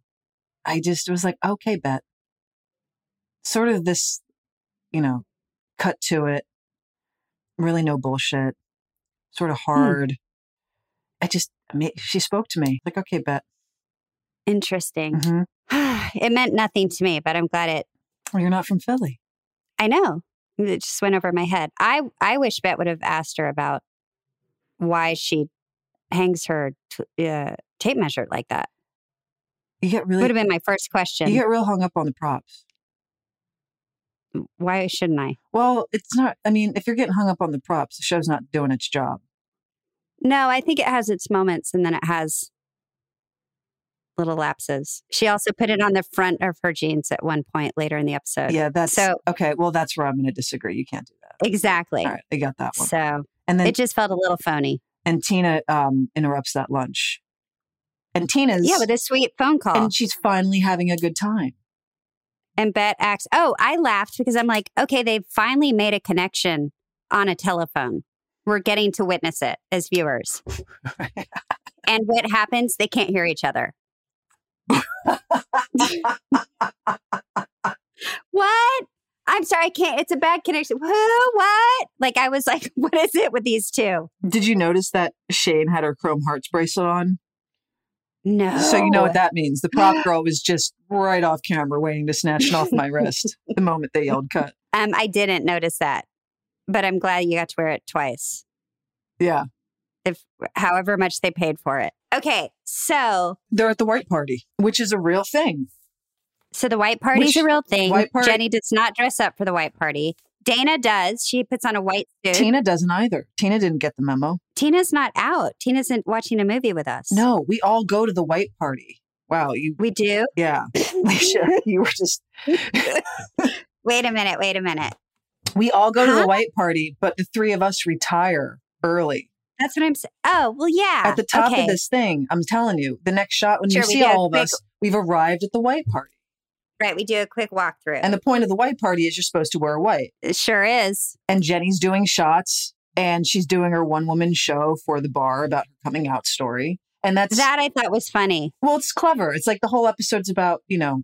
S1: I just was like, okay, Bet. Sort of this, you know, cut to it. Really no bullshit. Sort
S2: Hmm.
S1: of hard. I just, I mean, she spoke to me. Like, okay, Bet.
S2: Interesting.
S1: hmm
S2: [SIGHS] it meant nothing to me, but I'm glad it,
S1: Well, you're not from Philly.
S2: I know. It just went over my head. I, I wish Bet would have asked her about why she hangs her t- uh, tape measure like that?
S1: You get really
S2: Would have been my first question.
S1: you get real hung up on the props.
S2: Why shouldn't I?
S1: Well, it's not. I mean, if you're getting hung up on the props, the show's not doing its job.
S2: No, I think it has its moments and then it has little lapses. She also put it on the front of her jeans at one point later in the episode.
S1: Yeah, that's
S2: So-
S1: okay. Well, that's where I'm going to disagree. You can't do that.
S2: Exactly.
S1: All right, I got that one.
S2: So
S1: and then
S2: it just felt a little phony.
S1: and Tina um, interrupts that lunch, and Tina's
S2: Yeah, with a sweet phone call.
S1: and she's finally having a good time.
S2: And Bet acts, oh, I laughed because I'm like, okay, they've finally made a connection on a telephone. We're getting to witness it as
S1: [LAUGHS]
S2: viewers. and what happens? They can't hear each other. what? I'm sorry, I can't. It's a bad connection. Who? What? Like, I was like, [LAUGHS] what is it with these two?
S1: Did you notice that Shane had her chrome hearts bracelet on?
S2: No.
S1: So you know
S2: Oh.
S1: what that means. The
S2: [GASPS]
S1: prop girl was just right off camera, waiting to snatch it off
S2: [LAUGHS]
S1: my wrist the moment they yelled cut.
S2: Um, I didn't notice that, but I'm glad you got to wear it twice.
S1: Yeah,
S2: if however much they paid for it. Okay, so
S1: they're at the white party, which is a real thing.
S2: so the white party is
S1: Which-
S2: a real thing.
S1: white party-
S2: Jenny does not dress up for the white party. Dana does. She puts on a white suit.
S1: Tina doesn't either. Tina didn't get the memo.
S2: Tina's not out. Tina's in, watching a movie with us.
S1: No, we all go to the white party. Wow, you
S2: we do. [LAUGHS]
S1: yeah, [LAUGHS] Alicia, you were just
S2: Wait a minute. Wait a minute.
S1: we all go to
S2: Huh?
S1: the white party, but the three of us retire early
S2: That's what I'm saying. Oh well, yeah.
S1: at the top
S2: Okay,
S1: of this thing. I'm telling you, the next shot when
S2: Sure,
S1: you
S2: we
S1: see
S2: did a
S1: all of
S2: quick-
S1: us, we've arrived at the white party.
S2: right, we do a quick walkthrough.
S1: And the point of the white party is you're supposed to wear white.
S2: it sure is.
S1: and Jenny's doing shots and she's doing her one woman show for the bar about her coming out story. And that's
S2: That I thought was funny.
S1: well, it's clever. It's like the whole episode's about, you know,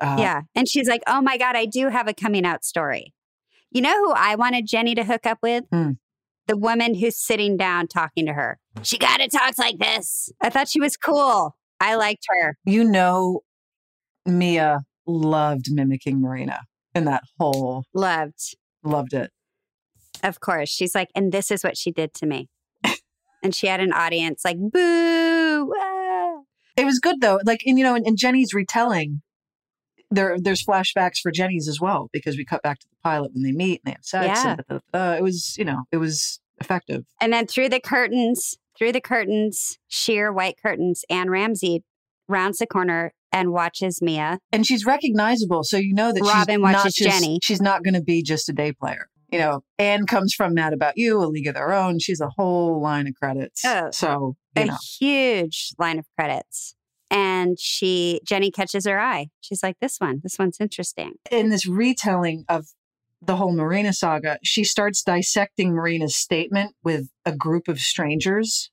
S1: uh,
S2: yeah. And she's like, oh my God, I do have a coming out story. You know who I wanted Jenny to hook up with?
S1: Hmm.
S2: The woman who's sitting down talking to her. She got to talk like this. I thought she was cool. I liked her.
S1: you know, Mia loved mimicking Marina and that whole
S2: Loved,
S1: loved it.
S2: of course. She's like, and this is what she did to me. and she had an audience like, boo. ah."
S1: It was good though. Like, and you know, and, and Jenny's retelling there, there's flashbacks for Jenny's as well, because we cut back to the pilot when they meet and they have sex.
S2: Yeah.
S1: And da, da, da. It was, you know, it was effective.
S2: And then through the curtains, through the curtains, sheer white curtains, Anne Ramsey rounds the corner and watches Mia.
S1: and she's recognizable, so you know that she's
S2: Robin
S1: not
S2: watches
S1: just,
S2: Jenny.
S1: She's not going to be just a day player. You know, Anne comes from Mad About You, A League of Their Own. She's a whole line of credits.
S2: Oh.
S1: so you
S2: a
S1: know,
S2: huge line of credits. And she, Jenny catches her eye. She's like, this one, this one's interesting.
S1: in this retelling of the whole Marina saga, she starts dissecting Marina's statement with a group of strangers,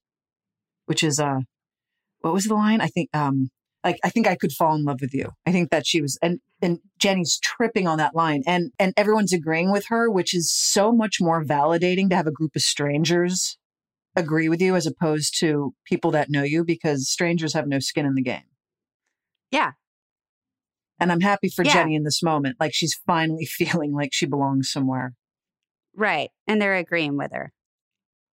S1: which is uh, what was the line? I think um, like I think I could fall in love with you. I think that she was and and Jenny's tripping on that line, and and everyone's agreeing with her, which is so much more validating to have a group of strangers agree with you as opposed to people that know you because strangers have no skin in the game.
S2: Yeah.
S1: And I'm happy for
S2: Yeah.
S1: Jenny in this moment. Like she's finally [LAUGHS] feeling like she belongs somewhere.
S2: Right. And they're agreeing with her.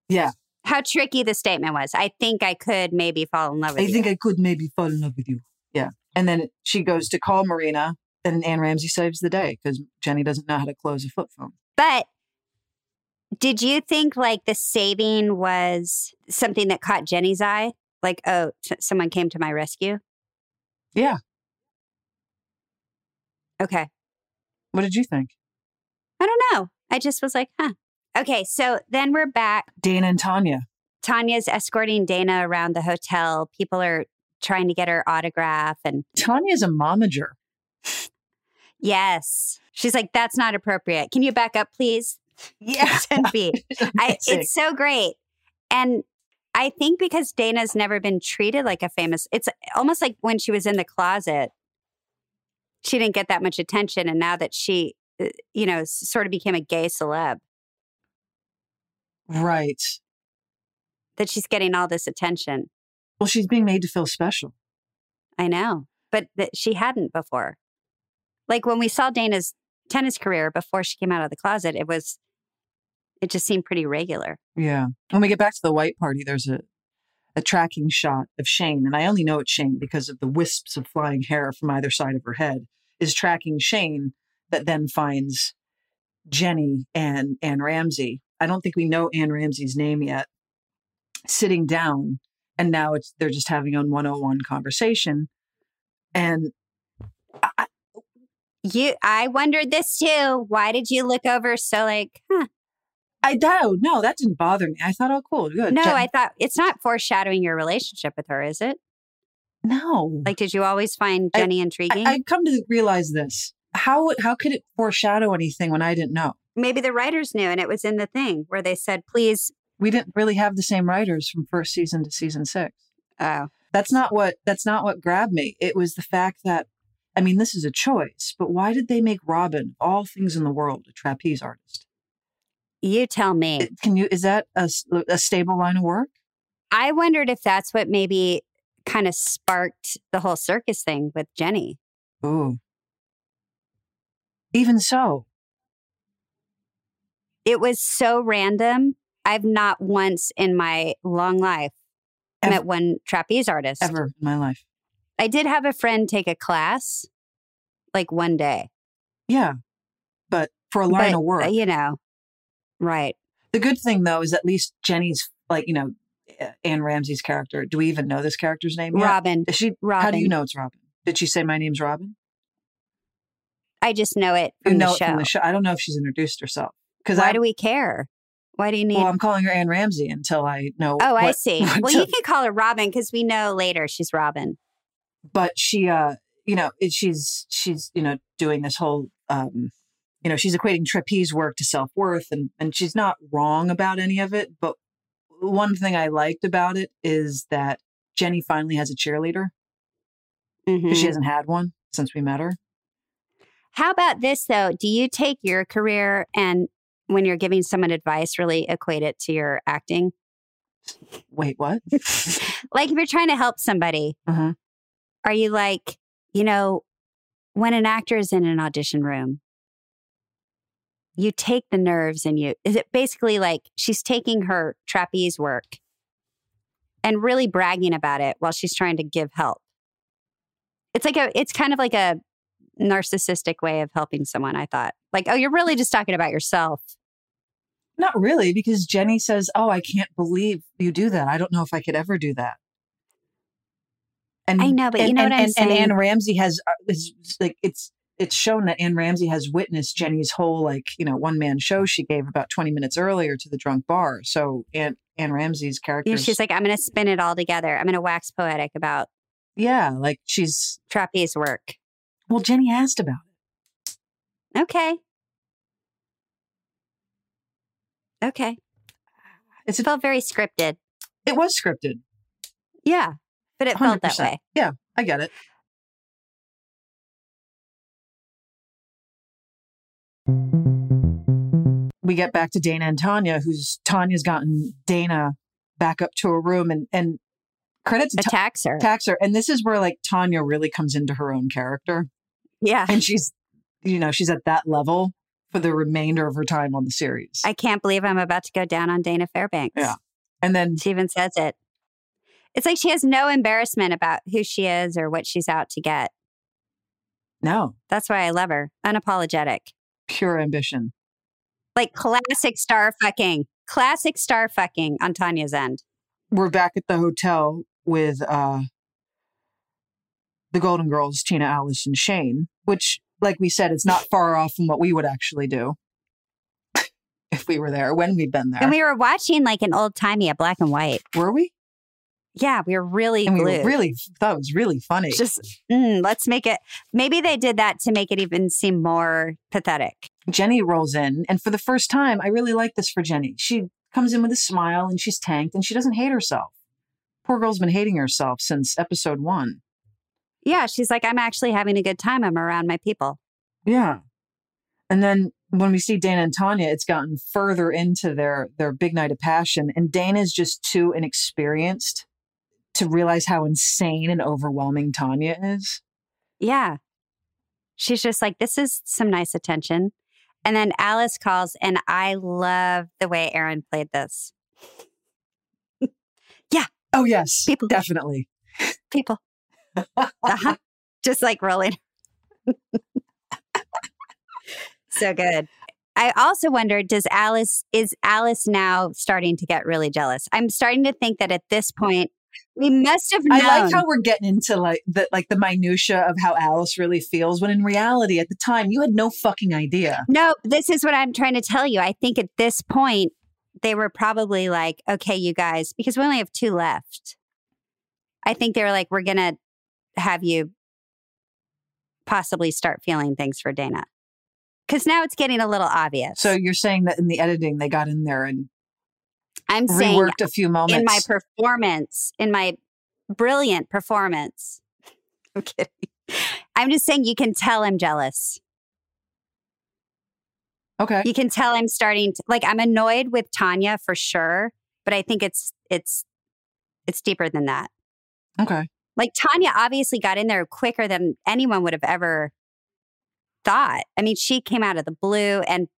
S1: Yeah.
S2: How tricky the statement was. I think I could maybe fall in love with
S1: I
S2: you.
S1: think I could maybe fall in love with you. Yeah. And then she goes to call Marina and Anne Ramsey saves the day because Jenny doesn't know how to close a flip phone.
S2: but did you think like the saving was something that caught Jenny's eye? Like, oh, t- someone came to my rescue?
S1: Yeah.
S2: Okay.
S1: What did you think?
S2: I don't know. I just was like, huh. Okay. So then we're back
S1: Dana and Tanya.
S2: Tanya's escorting Dana around the hotel. People are trying to get her autograph. And
S1: Tanya's a [LAUGHS] momager.
S2: yes, she's like, that's not appropriate. Can you back up, please? [LAUGHS]
S1: Yeah.
S2: Couldn't be. I,
S1: Amazing.
S2: it's so great. And I think because Dana's never been treated like a famous, it's almost like when she was in the closet, she didn't get that much attention. And now that she, uh, you know, s- sort of became a gay celeb,
S1: right.
S2: that she's getting all this attention.
S1: Well, she's being made to feel special.
S2: I know, but that she hadn't before. Like when we saw Dana's tennis career before she came out of the closet, it was, it just seemed pretty regular.
S1: Yeah. When we get back to the white party, there's a, a tracking shot of Shane, and I only know it's Shane because of the wisps of flying hair from either side of her head, is tracking Shane that then finds Jenny and Anne Ramsey. I don't think we know Anne Ramsey's name yet. Sitting down, and now it's they're just having a one-on-one conversation, and I,
S2: You, I wondered this too. Why did you look over so like, huh?
S1: I no, no, that didn't bother me. I thought, oh, cool, good.
S2: No,
S1: Jen-
S2: I thought it's not foreshadowing your relationship with her, is it?
S1: no,
S2: Like, did you always find
S1: I-
S2: Jenny
S1: I,
S2: intriguing?
S1: I've come to realize this. How how could it foreshadow anything when I didn't know?
S2: Maybe the writers knew and it was in the thing where they said, please.
S1: We didn't really have the same writers from first season to season six.
S2: Oh,
S1: That's not what that's not what grabbed me. It was the fact that I mean, this is a choice, but why did they make Robin, of all things in the world, a trapeze artist?
S2: you tell me.
S1: It- Can you is that a, s- a stable line of work?
S2: I wondered if that's what maybe kind of sparked the whole circus thing with Jenny.
S1: Ooh. Even so,
S2: It was so random. I've not once in my long life
S1: Ever.
S2: met one trapeze artist.
S1: ever in my life.
S2: I did have a friend take a class like one day.
S1: Yeah. But for a line
S2: but,
S1: of work.
S2: uh, You know, right.
S1: The good thing though is at least Jenny's like you know uh, Anne Ramsey's character. Do we even know this character's name? Yet?
S2: Robin.
S1: Is she?
S2: Robin.
S1: How do you know it's Robin? Did she say my name's Robin?
S2: I just know it
S1: You
S2: from,
S1: know
S2: the,
S1: it
S2: show.
S1: from the show. I don't know if she's introduced herself because
S2: Why
S1: I
S2: do we care? Why do you need?
S1: Well, I'm calling her Anne Ramsey until I know.
S2: oh, I
S1: what-
S2: see.
S1: what
S2: Well,
S1: to-
S2: you can call her Robin because we know later she's Robin.
S1: but she, uh, you know, it- she's she's you know doing this whole, um, you know, she's equating trapeze work to self worth, and and she's not wrong about any of it. But one thing I liked about it is that Jenny finally has a cheerleader.
S2: Mhm.
S1: 'cause she hasn't had one since we met her.
S2: How about this though? Do you take your career and when you're giving someone advice, really equate it to your acting?
S1: Wait,
S2: [LAUGHS]
S1: what?
S2: Like if you're trying to help somebody,
S1: Mhm.
S2: are you like, you know, when an actor is in an audition room, you take the nerves and you, is it basically like she's taking her trapeze work and really bragging about it while she's trying to give help? It's like a, it's kind of like a narcissistic way of helping someone, I thought. Like, oh, you're really just talking about yourself.
S1: Not really, because Jenny says, "Oh, I can't believe you do that. I don't know if I could ever do that." And
S2: I know, but you
S1: and-
S2: know
S1: and,
S2: what I'm
S1: and, and
S2: saying?
S1: Anne Ramsey has uh, is like it's it's shown that Anne Ramsey has witnessed Jenny's whole like you know one man show she gave about twenty minutes earlier to the drunk bar. So Anne Anne Ramsey's
S2: You
S1: character,
S2: know, she's like, I'm going to spin it all together. I'm going to wax poetic about
S1: yeah, like she's
S2: trapeze work.
S1: well, Jenny asked about it.
S2: Okay. Okay.
S1: It's
S2: It felt very scripted.
S1: it was scripted.
S2: Yeah. But it felt that
S1: 100%.
S2: way.
S1: Yeah, I get it. We get back to Dana and Tanya, who's Tanya's gotten Dana back up to a room and and credit to Ta-
S2: Attacks her.
S1: Taxer. And this is where like Tanya really comes into her own character.
S2: Yeah.
S1: And she's you know, she's at that level for the remainder of her time on the series.
S2: I can't believe I'm about to go down on Dana Fairbanks.
S1: Yeah. and then
S2: She even says it. It's like she has no embarrassment about who she is or what she's out to get.
S1: no,
S2: That's why I love her. Unapologetic.
S1: pure ambition.
S2: Like classic star fucking. Classic star fucking on Tanya's end.
S1: we're back at the hotel with uh the Golden Girls, Tina, Alice, and Shane, which, like we said, it's not far off from what we would actually do [LAUGHS] if we were there when we'd been there.
S2: And we were watching like an old timey, a black and white.
S1: were we?
S2: Yeah, we were really
S1: And we
S2: glued.
S1: were really that was really funny.
S2: just mm, let's make it maybe they did that to make it even seem more pathetic
S1: Jenny rolls in, and for the first time, I really like this for Jenny. She comes in with a smile, and she's tanked, and she doesn't hate herself. Poor girl's been hating herself since episode one.
S2: yeah she's like i'm actually having a good time i'm around my people
S1: Yeah. And then when we see Dana and Tanya, it's gotten further into their their big night of passion. And Dana's just too inexperienced to realize how insane and overwhelming Tanya is.
S2: yeah she's just like this is some nice attention and then alice calls and i love the way aaron played this yeah
S1: Oh, yes.
S2: People.
S1: Definitely.
S2: People.
S1: [LAUGHS]
S2: Uh-huh. Just like rolling. so good. I also wonder does Alice is Alice now starting to get really jealous? I'm starting to think that at this point we must have known.
S1: I like how we're getting into like the like the minutia of how Alice really feels when in reality at the time you had no fucking idea.
S2: no, this is what I'm trying to tell you. I think at this point they were probably like, okay, you guys, because we only have two left. I think they were like, we're gonna have you possibly start feeling things for Dana. Cause now it's getting a little obvious.
S1: So you're saying that in the editing they got in there and
S2: I'm saying
S1: reworked a few moments.
S2: in my performance, in my brilliant performance. [LAUGHS] I'm kidding. I'm just saying you can tell I'm jealous.
S1: okay.
S2: You can tell I'm starting to like I'm annoyed with Tanya for sure, but I think it's it's it's deeper than that.
S1: Okay.
S2: Like Tanya obviously got in there quicker than anyone would have ever thought. I mean, she came out of the blue and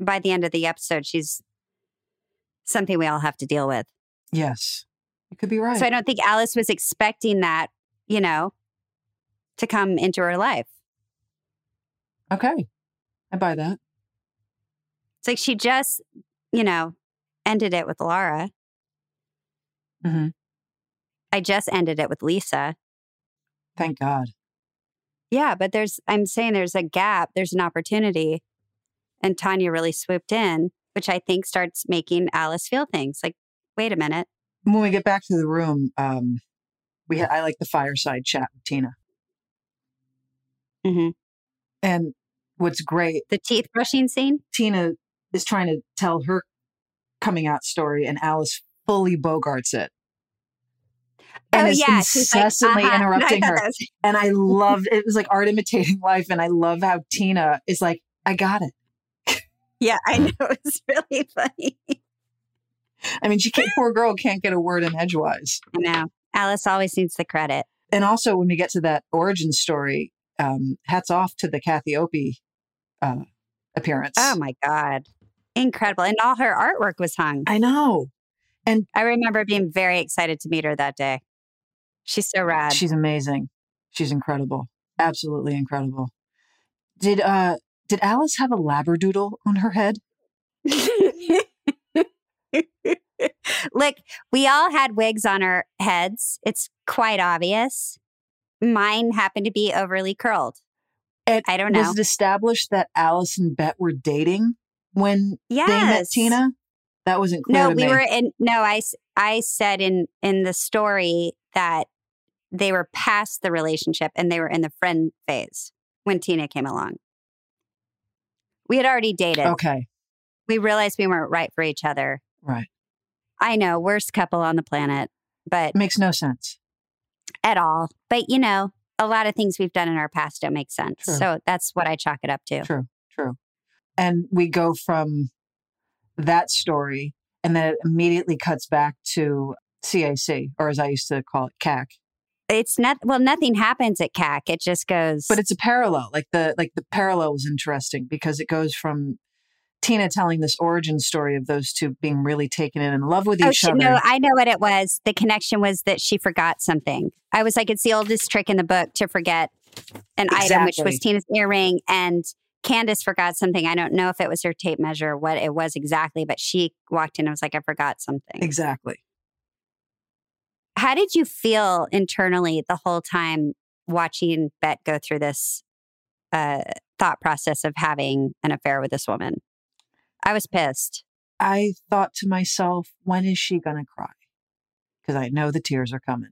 S2: by the end of the episode she's something we all have to deal with.
S1: Yes. You could be right.
S2: So I don't think Alice was expecting that, you know, to come into her life.
S1: okay. I buy that.
S2: It's like she just, you know, ended it with Laura.
S1: Mm-hmm.
S2: I just ended it with Lisa.
S1: Thank God.
S2: Yeah, but there's, I'm saying there's a gap, there's an opportunity. And Tanya really swooped in, which I think starts making Alice feel things like, wait a minute.
S1: When we get back to the room, um, we ha- I like the fireside chat with Tina.
S2: hmm
S1: And what's great
S2: The teeth brushing scene.
S1: Tina is trying to tell her coming out story, and Alice fully bogarts it. And
S2: oh,
S1: is
S2: yeah. she's like,
S1: incessantly
S2: "Uh-huh." [LAUGHS] And I
S1: interrupting
S2: thought
S1: her.
S2: that was- [LAUGHS]
S1: And I loved it was like art imitating life. And I love how Tina is like, I got it.
S2: yeah, I know. [LAUGHS] It's really funny.
S1: I mean, she can't, poor girl can't get a word in edgewise.
S2: I know. Alice always needs the credit.
S1: And also, when we get to that origin story, um, hats off to the Kathy Opie uh, appearance.
S2: Oh my God. Incredible. And all her artwork was hung.
S1: I know.
S2: I remember being very excited to meet her that day. She's so rad.
S1: She's amazing. She's incredible. Absolutely incredible. Did uh did Alice have a labradoodle on her head?
S2: [LAUGHS] Look, we all had wigs on our heads. It's quite obvious. Mine happened to be overly curled.
S1: And
S2: I don't know.
S1: Was it established that Alice and Bet were dating when
S2: yes.
S1: they met Tina? That wasn't clear
S2: No,
S1: to
S2: we
S1: me.
S2: were in. No, I s- I said in in the story that they were past the relationship and they were in the friend phase when Tina came along. We had already dated.
S1: okay,
S2: We realized we weren't right for each other.
S1: right.
S2: I know, worst couple on the planet, but
S1: [LAUGHS] It makes no sense.
S2: at all. But you know, a lot of things we've done in our past don't make sense.
S1: True.
S2: So that's what I chalk it up to.
S1: True, true. And we go from that story, and then it immediately cuts back to CAC, or as I used to call it, CAC.
S2: It's not well, nothing happens at CAC. It just goes. [LAUGHS]
S1: but it's a parallel like the like the parallel was interesting because it goes from tina telling this origin story of those two being really taken in and love with
S2: Oh,
S1: each
S2: she,
S1: other
S2: no, I know what it was. The connection was that she forgot something. I was like, it's the oldest trick in the book to forget an item, which was
S1: Exactly.
S2: Tina's earring. And Candace forgot something. I don't know if it was her tape measure, or what it was exactly, but she walked in and was like, I forgot something.
S1: exactly
S2: How did you feel internally the whole time watching Bet go through this uh, thought process of having an affair with this woman? I was pissed.
S1: i thought to myself when is she going to cry because i know the tears are coming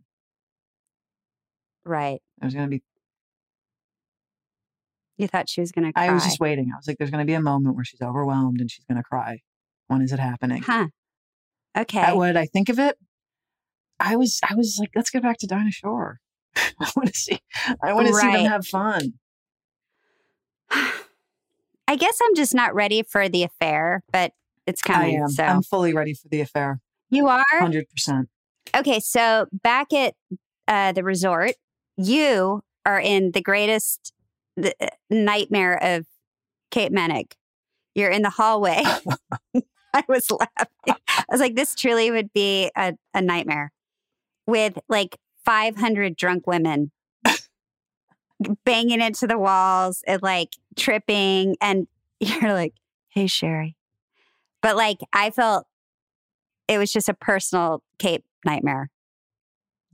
S2: Right.
S1: there's going to be
S2: You thought she was going to cry.
S1: i was just waiting i was like there's going to be a moment where she's overwhelmed and she's going to cry when is it happening
S2: huh. Okay.
S1: Uh, what did i think of it i was i was like let's get back to dinah shore [LAUGHS] i want to see i want to see them
S2: Right.
S1: have fun
S2: [SIGHS] I guess I'm just not ready for the affair, but it's coming.
S1: i am
S2: So
S1: i'm fully ready for the affair
S2: you are
S1: 100%.
S2: okay. So back at uh, the resort, you are in the greatest th- nightmare of Kate Menick. You're in the hallway. [LAUGHS] I was laughing. I was like, this truly would be a, a nightmare. with like 500 drunk women [LAUGHS] banging into the walls and like tripping. And [LAUGHS] you're like, hey, Sherry. But like, I felt it was just a personal Cape nightmare.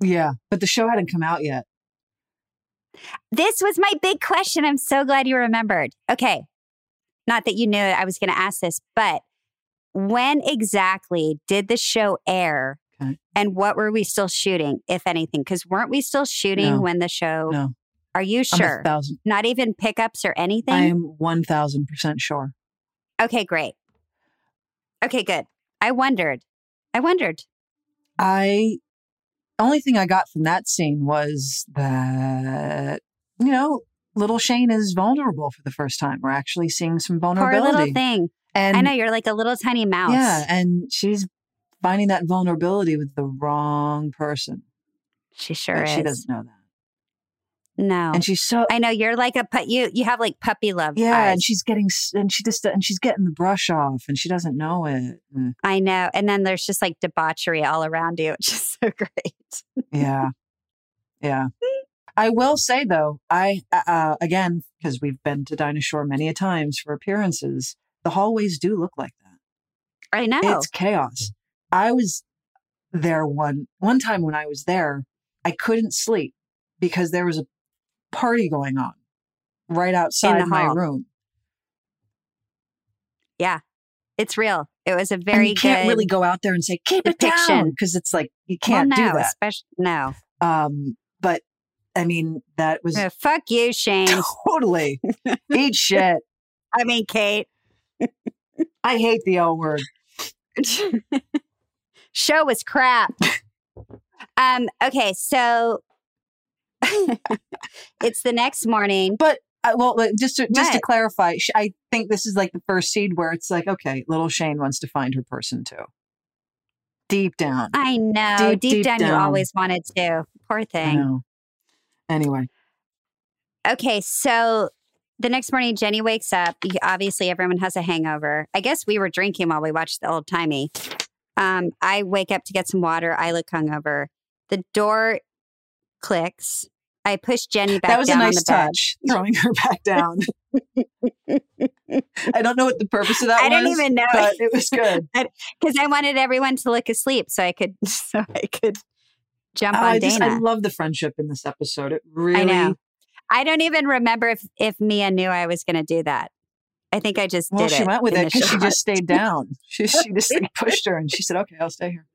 S1: Yeah, but the show hadn't come out yet.
S2: This was my big question. I'm so glad you remembered. Okay. Not that you knew I was going to ask this, but when exactly did the show air?
S1: Okay.
S2: And what were we still shooting, if anything? Because weren't we still shooting
S1: No.
S2: when the show?
S1: No,
S2: Are you
S1: I'm a
S2: Oh, sure?
S1: thousand.
S2: Not even pickups or anything?
S1: I am one thousand percent sure.
S2: okay, great. Okay, good. I wondered. I wondered.
S1: I only thing I got from that scene was that you know little Shane is vulnerable for the first time. We're actually seeing some
S2: Poor
S1: vulnerability.
S2: little thing.
S1: And
S2: I know you're like a little tiny mouse.
S1: yeah, and she's finding that vulnerability with the wrong person.
S2: She sure
S1: but
S2: is.
S1: she doesn't know that,
S2: No.
S1: and she's so
S2: I know you're like a pu- you you have like puppy love.
S1: yeah,
S2: eyes.
S1: and she's getting s- and she just and she's getting the brush off, and she doesn't know it. Mm,
S2: I know. And then there's just like debauchery all around you, [LAUGHS] which is so great.
S1: Yeah, yeah. I will say though, I uh, uh, again because we've been to Dinosaur many a times for appearances, the hallways do look like that.
S2: I know.
S1: It's chaos. I was there one one time when I was there, I couldn't sleep because there was a party going on right outside my
S2: hall.
S1: room.
S2: It's real. It was a
S1: And
S2: very
S1: you can't
S2: good
S1: really go out there and say keep it down
S2: depiction.
S1: because it's like you can't
S2: well, no,
S1: do that.
S2: especially no.
S1: Um, but I mean that was
S2: Uh, fuck you,
S1: [LAUGHS]
S2: Shane. [LAUGHS]
S1: totally eat shit.
S2: I mean, Kate. [LAUGHS]
S1: I hate the L word.
S2: Show was crap. um. Okay, so [LAUGHS] it's the next morning.
S1: But uh, well, like, just to, just to
S2: What?
S1: clarify, sh- I think this is like the first seed where it's like, okay, little Shane wants to find her person too. Deep down,
S2: I know.
S1: Deep,
S2: Deep,
S1: deep
S2: down, you
S1: down.
S2: always wanted to. Poor
S1: I
S2: thing.
S1: know. Anyway,
S2: Okay, so the next morning, Jenny wakes up. You- Obviously, everyone has a hangover. I guess we were drinking while we watched the old timey. Um, I wake up to get some water. I look hungover. The door clicks. I push Jenny back
S1: that was a
S2: down on
S1: nice
S2: the bed.
S1: touch, throwing her back
S2: [LAUGHS]
S1: down. I don't know what the purpose of that
S2: I
S1: was.
S2: don't even know [LAUGHS]
S1: but it was good.
S2: because I wanted everyone to look asleep so I could [LAUGHS] so I could jump
S1: Oh,
S2: on
S1: I
S2: Dana.
S1: just I love the friendship in this episode. It really
S2: I know. I don't even remember if if Mia knew I was going to do that. I think I just
S1: well.
S2: did
S1: She
S2: it
S1: went with
S2: in
S1: it
S2: the
S1: because she
S2: shot.
S1: just
S2: [LAUGHS]
S1: stayed down. She she just like, pushed her and she said, "Okay, I'll stay here."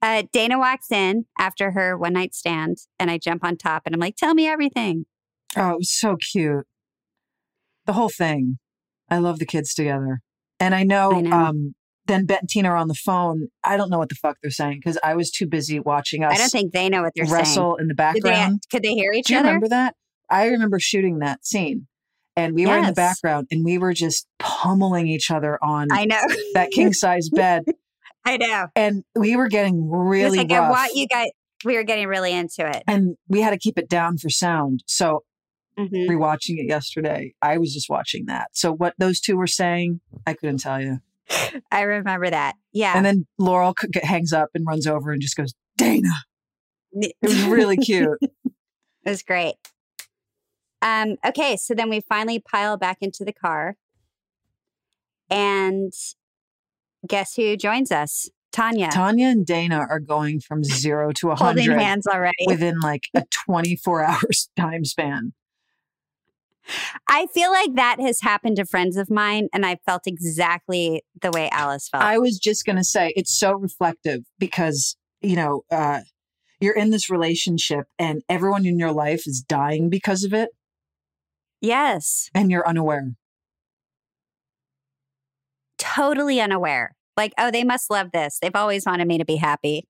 S2: Uh, Dana walks in after her one night stand, and I jump on top and I'm like, "Tell me everything."
S1: Oh, it was so cute. The whole thing. I love the kids together. And I know,
S2: I know.
S1: um then Bet and Tina are on the phone. I don't know what the fuck they're saying because I was too busy watching us
S2: I don't think they know what they're saying.
S1: wrestle in the
S2: Did they,
S1: background.
S2: could they hear each
S1: Do you
S2: other?
S1: remember that? I remember shooting that scene. And we were in the
S2: Yes.
S1: background and we were just pummeling each other on
S2: I know. [LAUGHS]
S1: that king size bed.
S2: I know.
S1: And we were getting
S2: It's
S1: really
S2: like I
S1: rough.
S2: want you guys. We were getting really into it.
S1: and we had to keep it down for sound. So
S2: Mhm.
S1: rewatching it yesterday. I was just watching that. So what those two were saying, I couldn't tell you.
S2: I remember that. Yeah.
S1: And then Laurel c- g- hangs up and runs over and just goes, "Dana." It was really cute.
S2: [LAUGHS] It was great. Um, okay, so then we finally pile back into the car. And guess who joins us? Tanya.
S1: Tanya and Dana are going from zero to a
S2: holding
S1: hundred
S2: hands already.
S1: within like a twenty-four [LAUGHS] hours time span.
S2: I feel like that has happened to friends of mine, and I felt exactly the way Alice felt.
S1: I was just gonna say it's so reflective because you know uh, you're in this relationship and everyone in your life is dying because of it,
S2: yes,
S1: and you're unaware.
S2: totally unaware. Like, oh, they must love this. They've always wanted me to be happy.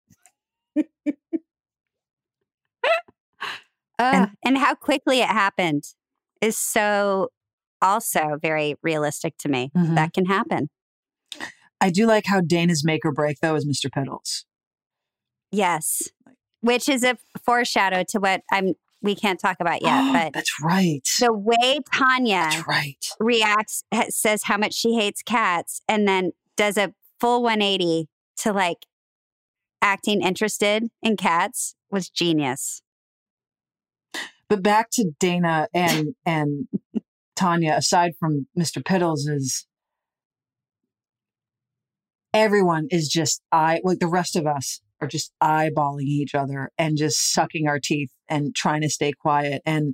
S2: Ugh, and how quickly it happened is so also very realistic to me.
S1: Mhm.
S2: That can happen.
S1: I do like how Dana's make or break though is Mr. Piddles.
S2: Yes. Which is a foreshadow to what I'm we can't talk about
S1: Oh,
S2: yet, but
S1: that's right.
S2: the way Tanya
S1: That's right.
S2: reacts ha- says how much she hates cats and then does a full 180 to like acting interested in cats was genius.
S1: But back to Dana and and Tanya. Aside from Mr. Piddles, is everyone is just eye like the rest of us are just eyeballing each other and just sucking our teeth and trying to stay quiet. And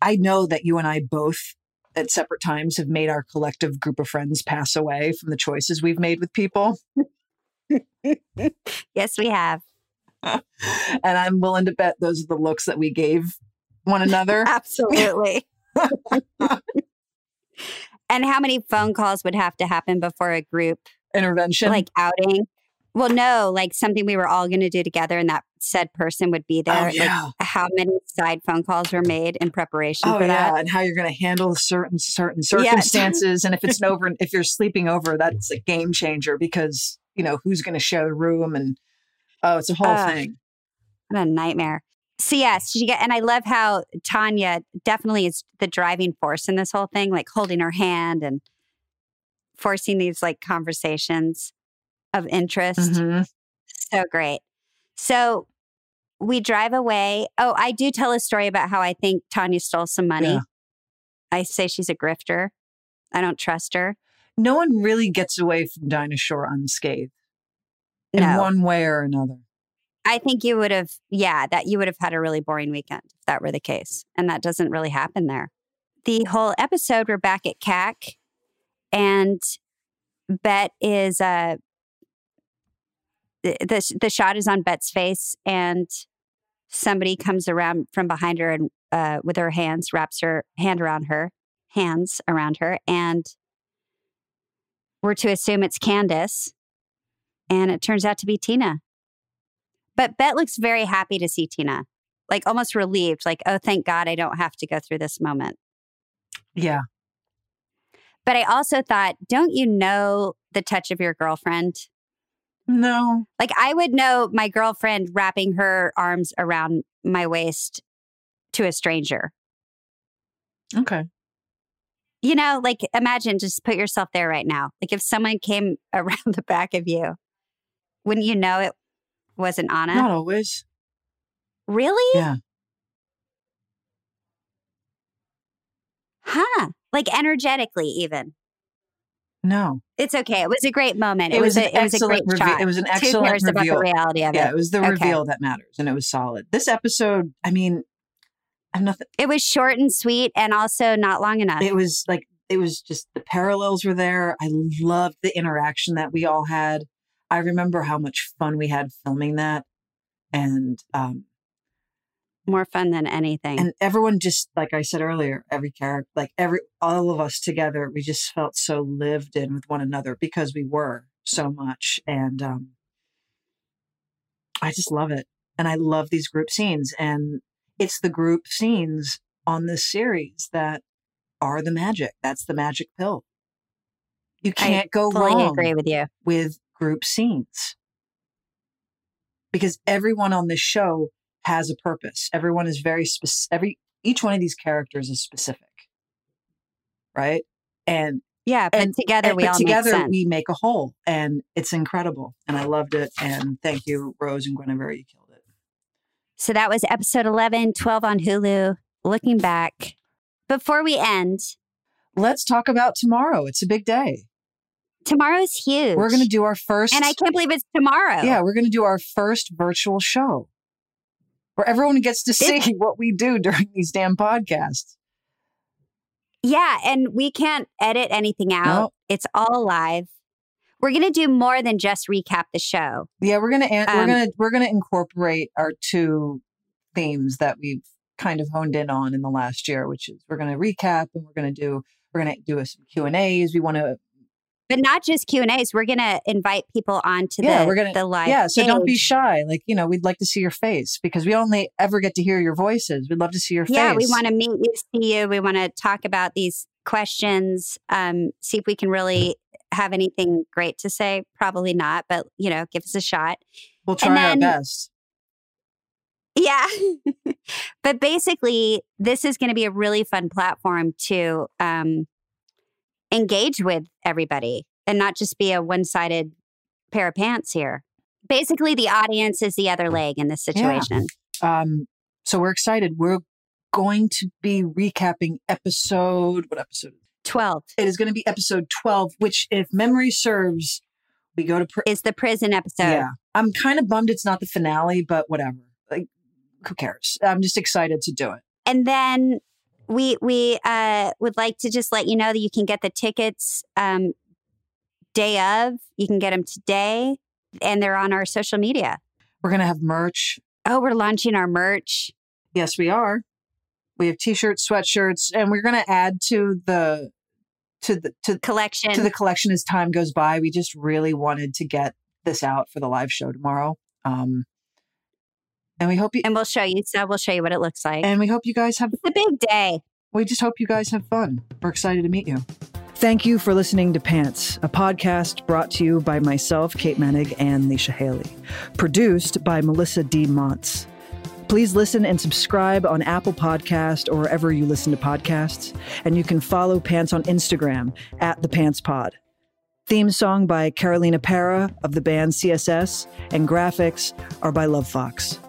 S1: I know that you and I both at separate times have made our collective group of friends pass away from the choices we've made with people.
S2: yes, we
S1: [LAUGHS]
S2: have.
S1: and I'm willing to bet those are the looks that we gave one another. [LAUGHS]
S2: Absolutely. and how many phone calls would have to happen before a group
S1: intervention?
S2: Like outing. Well, no, like something we were all going to do together and that said person would be there.
S1: Oh, yeah.
S2: Like how many side phone calls were made in preparation
S1: Oh
S2: for
S1: yeah,
S2: that?
S1: and how you're going to handle certain certain circumstances, and if [LAUGHS] it's an over, if you're sleeping over, that's a game changer because you know who's going to share the room, and oh, it's a whole
S2: Uh,
S1: thing.
S2: What a nightmare. So yes, she get, and I love how Tanya definitely is the driving force in this whole thing, like holding her hand and forcing these like conversations of interest.
S1: Mhm.
S2: So great. So we drive away. Oh, I do tell a story about how I think Tanya stole some money.
S1: Yeah.
S2: I say she's a grifter. I don't trust her.
S1: No one really gets away from Dinosaur unscathed in
S2: No.
S1: one way or another.
S2: I think you would have, yeah, that you would have had a really boring weekend if that were the case. And that doesn't really happen there. The whole episode, we're back at CAC, and Bet is, uh, the, the, the shot is on Bet's face, and somebody comes around from behind her and uh, with her hands, wraps her hand around her, hands around her, and we're to assume it's Candace. And it turns out to be Tina. But Bet looks very happy to see Tina, like almost relieved, like, oh, thank God I don't have to go through this moment.
S1: Yeah,
S2: But I also thought, don't you know the touch of your girlfriend?
S1: no,
S2: Like, I would know my girlfriend wrapping her arms around my waist to a stranger.
S1: okay,
S2: You know, like, imagine just put yourself there right now. Like, if someone came [LAUGHS] around the back of you, wouldn't you know it wasn't Anna?
S1: not always.
S2: Really?
S1: Yeah.
S2: Huh. Like, energetically, even.
S1: No,
S2: It's okay. It was a great moment. It, was,
S1: an
S2: a, it was a great
S1: excellent reve-
S2: shot.
S1: It was an
S2: Who
S1: excellent
S2: cares
S1: reveal.
S2: about the reality of
S1: yeah,
S2: it?
S1: it was the
S2: Okay.
S1: reveal that matters, and it was solid. This episode, I mean, I'm nothing.
S2: It was short and sweet, and also not long enough.
S1: it was like it was just the parallels were there. I loved the interaction that we all had. I remember how much fun we had filming that, and um,
S2: More fun than anything.
S1: and everyone just like I said earlier, every character, like every all of us together, we just felt so lived in with one another because we were so much, and um, I just love it, and I love these group scenes, and it's the group scenes on this series that are the magic. That's the magic pill. You
S2: I
S1: can't go
S2: fully
S1: wrong
S2: agree with you.
S1: with group scenes because everyone on this show has a purpose. Everyone is very specific. Every each one of these characters is specific, right? And,
S2: Yeah, but
S1: and
S2: together
S1: and-
S2: we
S1: but
S2: all
S1: together
S2: make sense.
S1: we make a whole, and it's incredible. And I loved it. And thank you, Rose and Guinevere, you killed it.
S2: So that was episode 11, 12 on Hulu. Looking back. Before we end,
S1: Let's talk about tomorrow. It's a big day.
S2: tomorrow's huge.
S1: We're going to do our first.
S2: And I can't believe it's tomorrow.
S1: Yeah, we're going to do our first virtual show where everyone gets to see [LAUGHS] what we do during these damn podcasts.
S2: Yeah, and we can't edit anything out.
S1: No.
S2: It's all live. We're going to do more than just recap the show.
S1: Yeah, we're gonna an- we're
S2: Um,
S1: gonna we're gonna incorporate our two themes that we've kind of honed in on in the last year, which is we're gonna recap and we're gonna do we're gonna do some Q and A's. We want to
S2: But not just Q&As. We're going to invite people onto
S1: yeah
S2: the,
S1: we're gonna
S2: the live
S1: yeah. So don't be
S2: stage.
S1: shy. Like you know, we'd like to see your face because we only ever get to hear your voices. We'd love to see your
S2: Yeah,
S1: face.
S2: we want to meet you, see you. We want to talk about these questions, um, see if we can really have anything great to say. Probably not, but, you know, give us a shot.
S1: We'll try our
S2: then-
S1: best.
S2: Yeah. [LAUGHS] but basically, this is going to be a really fun platform to um, engage with everybody and not just be a one sided pair of pants here. Basically, the audience is the other leg in this situation.
S1: Um, so we're excited. We're going to be recapping episode. What episode?
S2: 12
S1: It is going to be episode twelve, which, if memory serves, we go to. Pr-
S2: is the prison episode.
S1: yeah, I'm kind of bummed it's not the finale, but whatever. Like, who cares? I'm just excited to do it.
S2: and then we we uh, would like to just let you know that you can get the tickets um, day of. You can get them today, and they're on our social media.
S1: We're going to have merch.
S2: Oh, we're launching our merch.
S1: Yes, we are. We have t-shirts, sweatshirts, and we're going to add to the to the to
S2: collection.
S1: to the collection as time goes by. We just really wanted to get this out for the live show tomorrow. Um, and we hope you
S2: and we'll show you. So we'll show you what it looks like.
S1: and we hope you guys have
S2: it's a big day.
S1: we just hope you guys have fun. We're excited to meet you.
S4: Thank you for listening to Pants, a podcast brought to you by myself, Kate Menig, and Leisha Haley. Produced by Melissa D. Montz. Please listen and subscribe on Apple Podcast or wherever you listen to podcasts. And you can follow Pants on Instagram at The Pants Pod. Theme song by Carolina Para of the band CSS, and graphics are by Love Fox.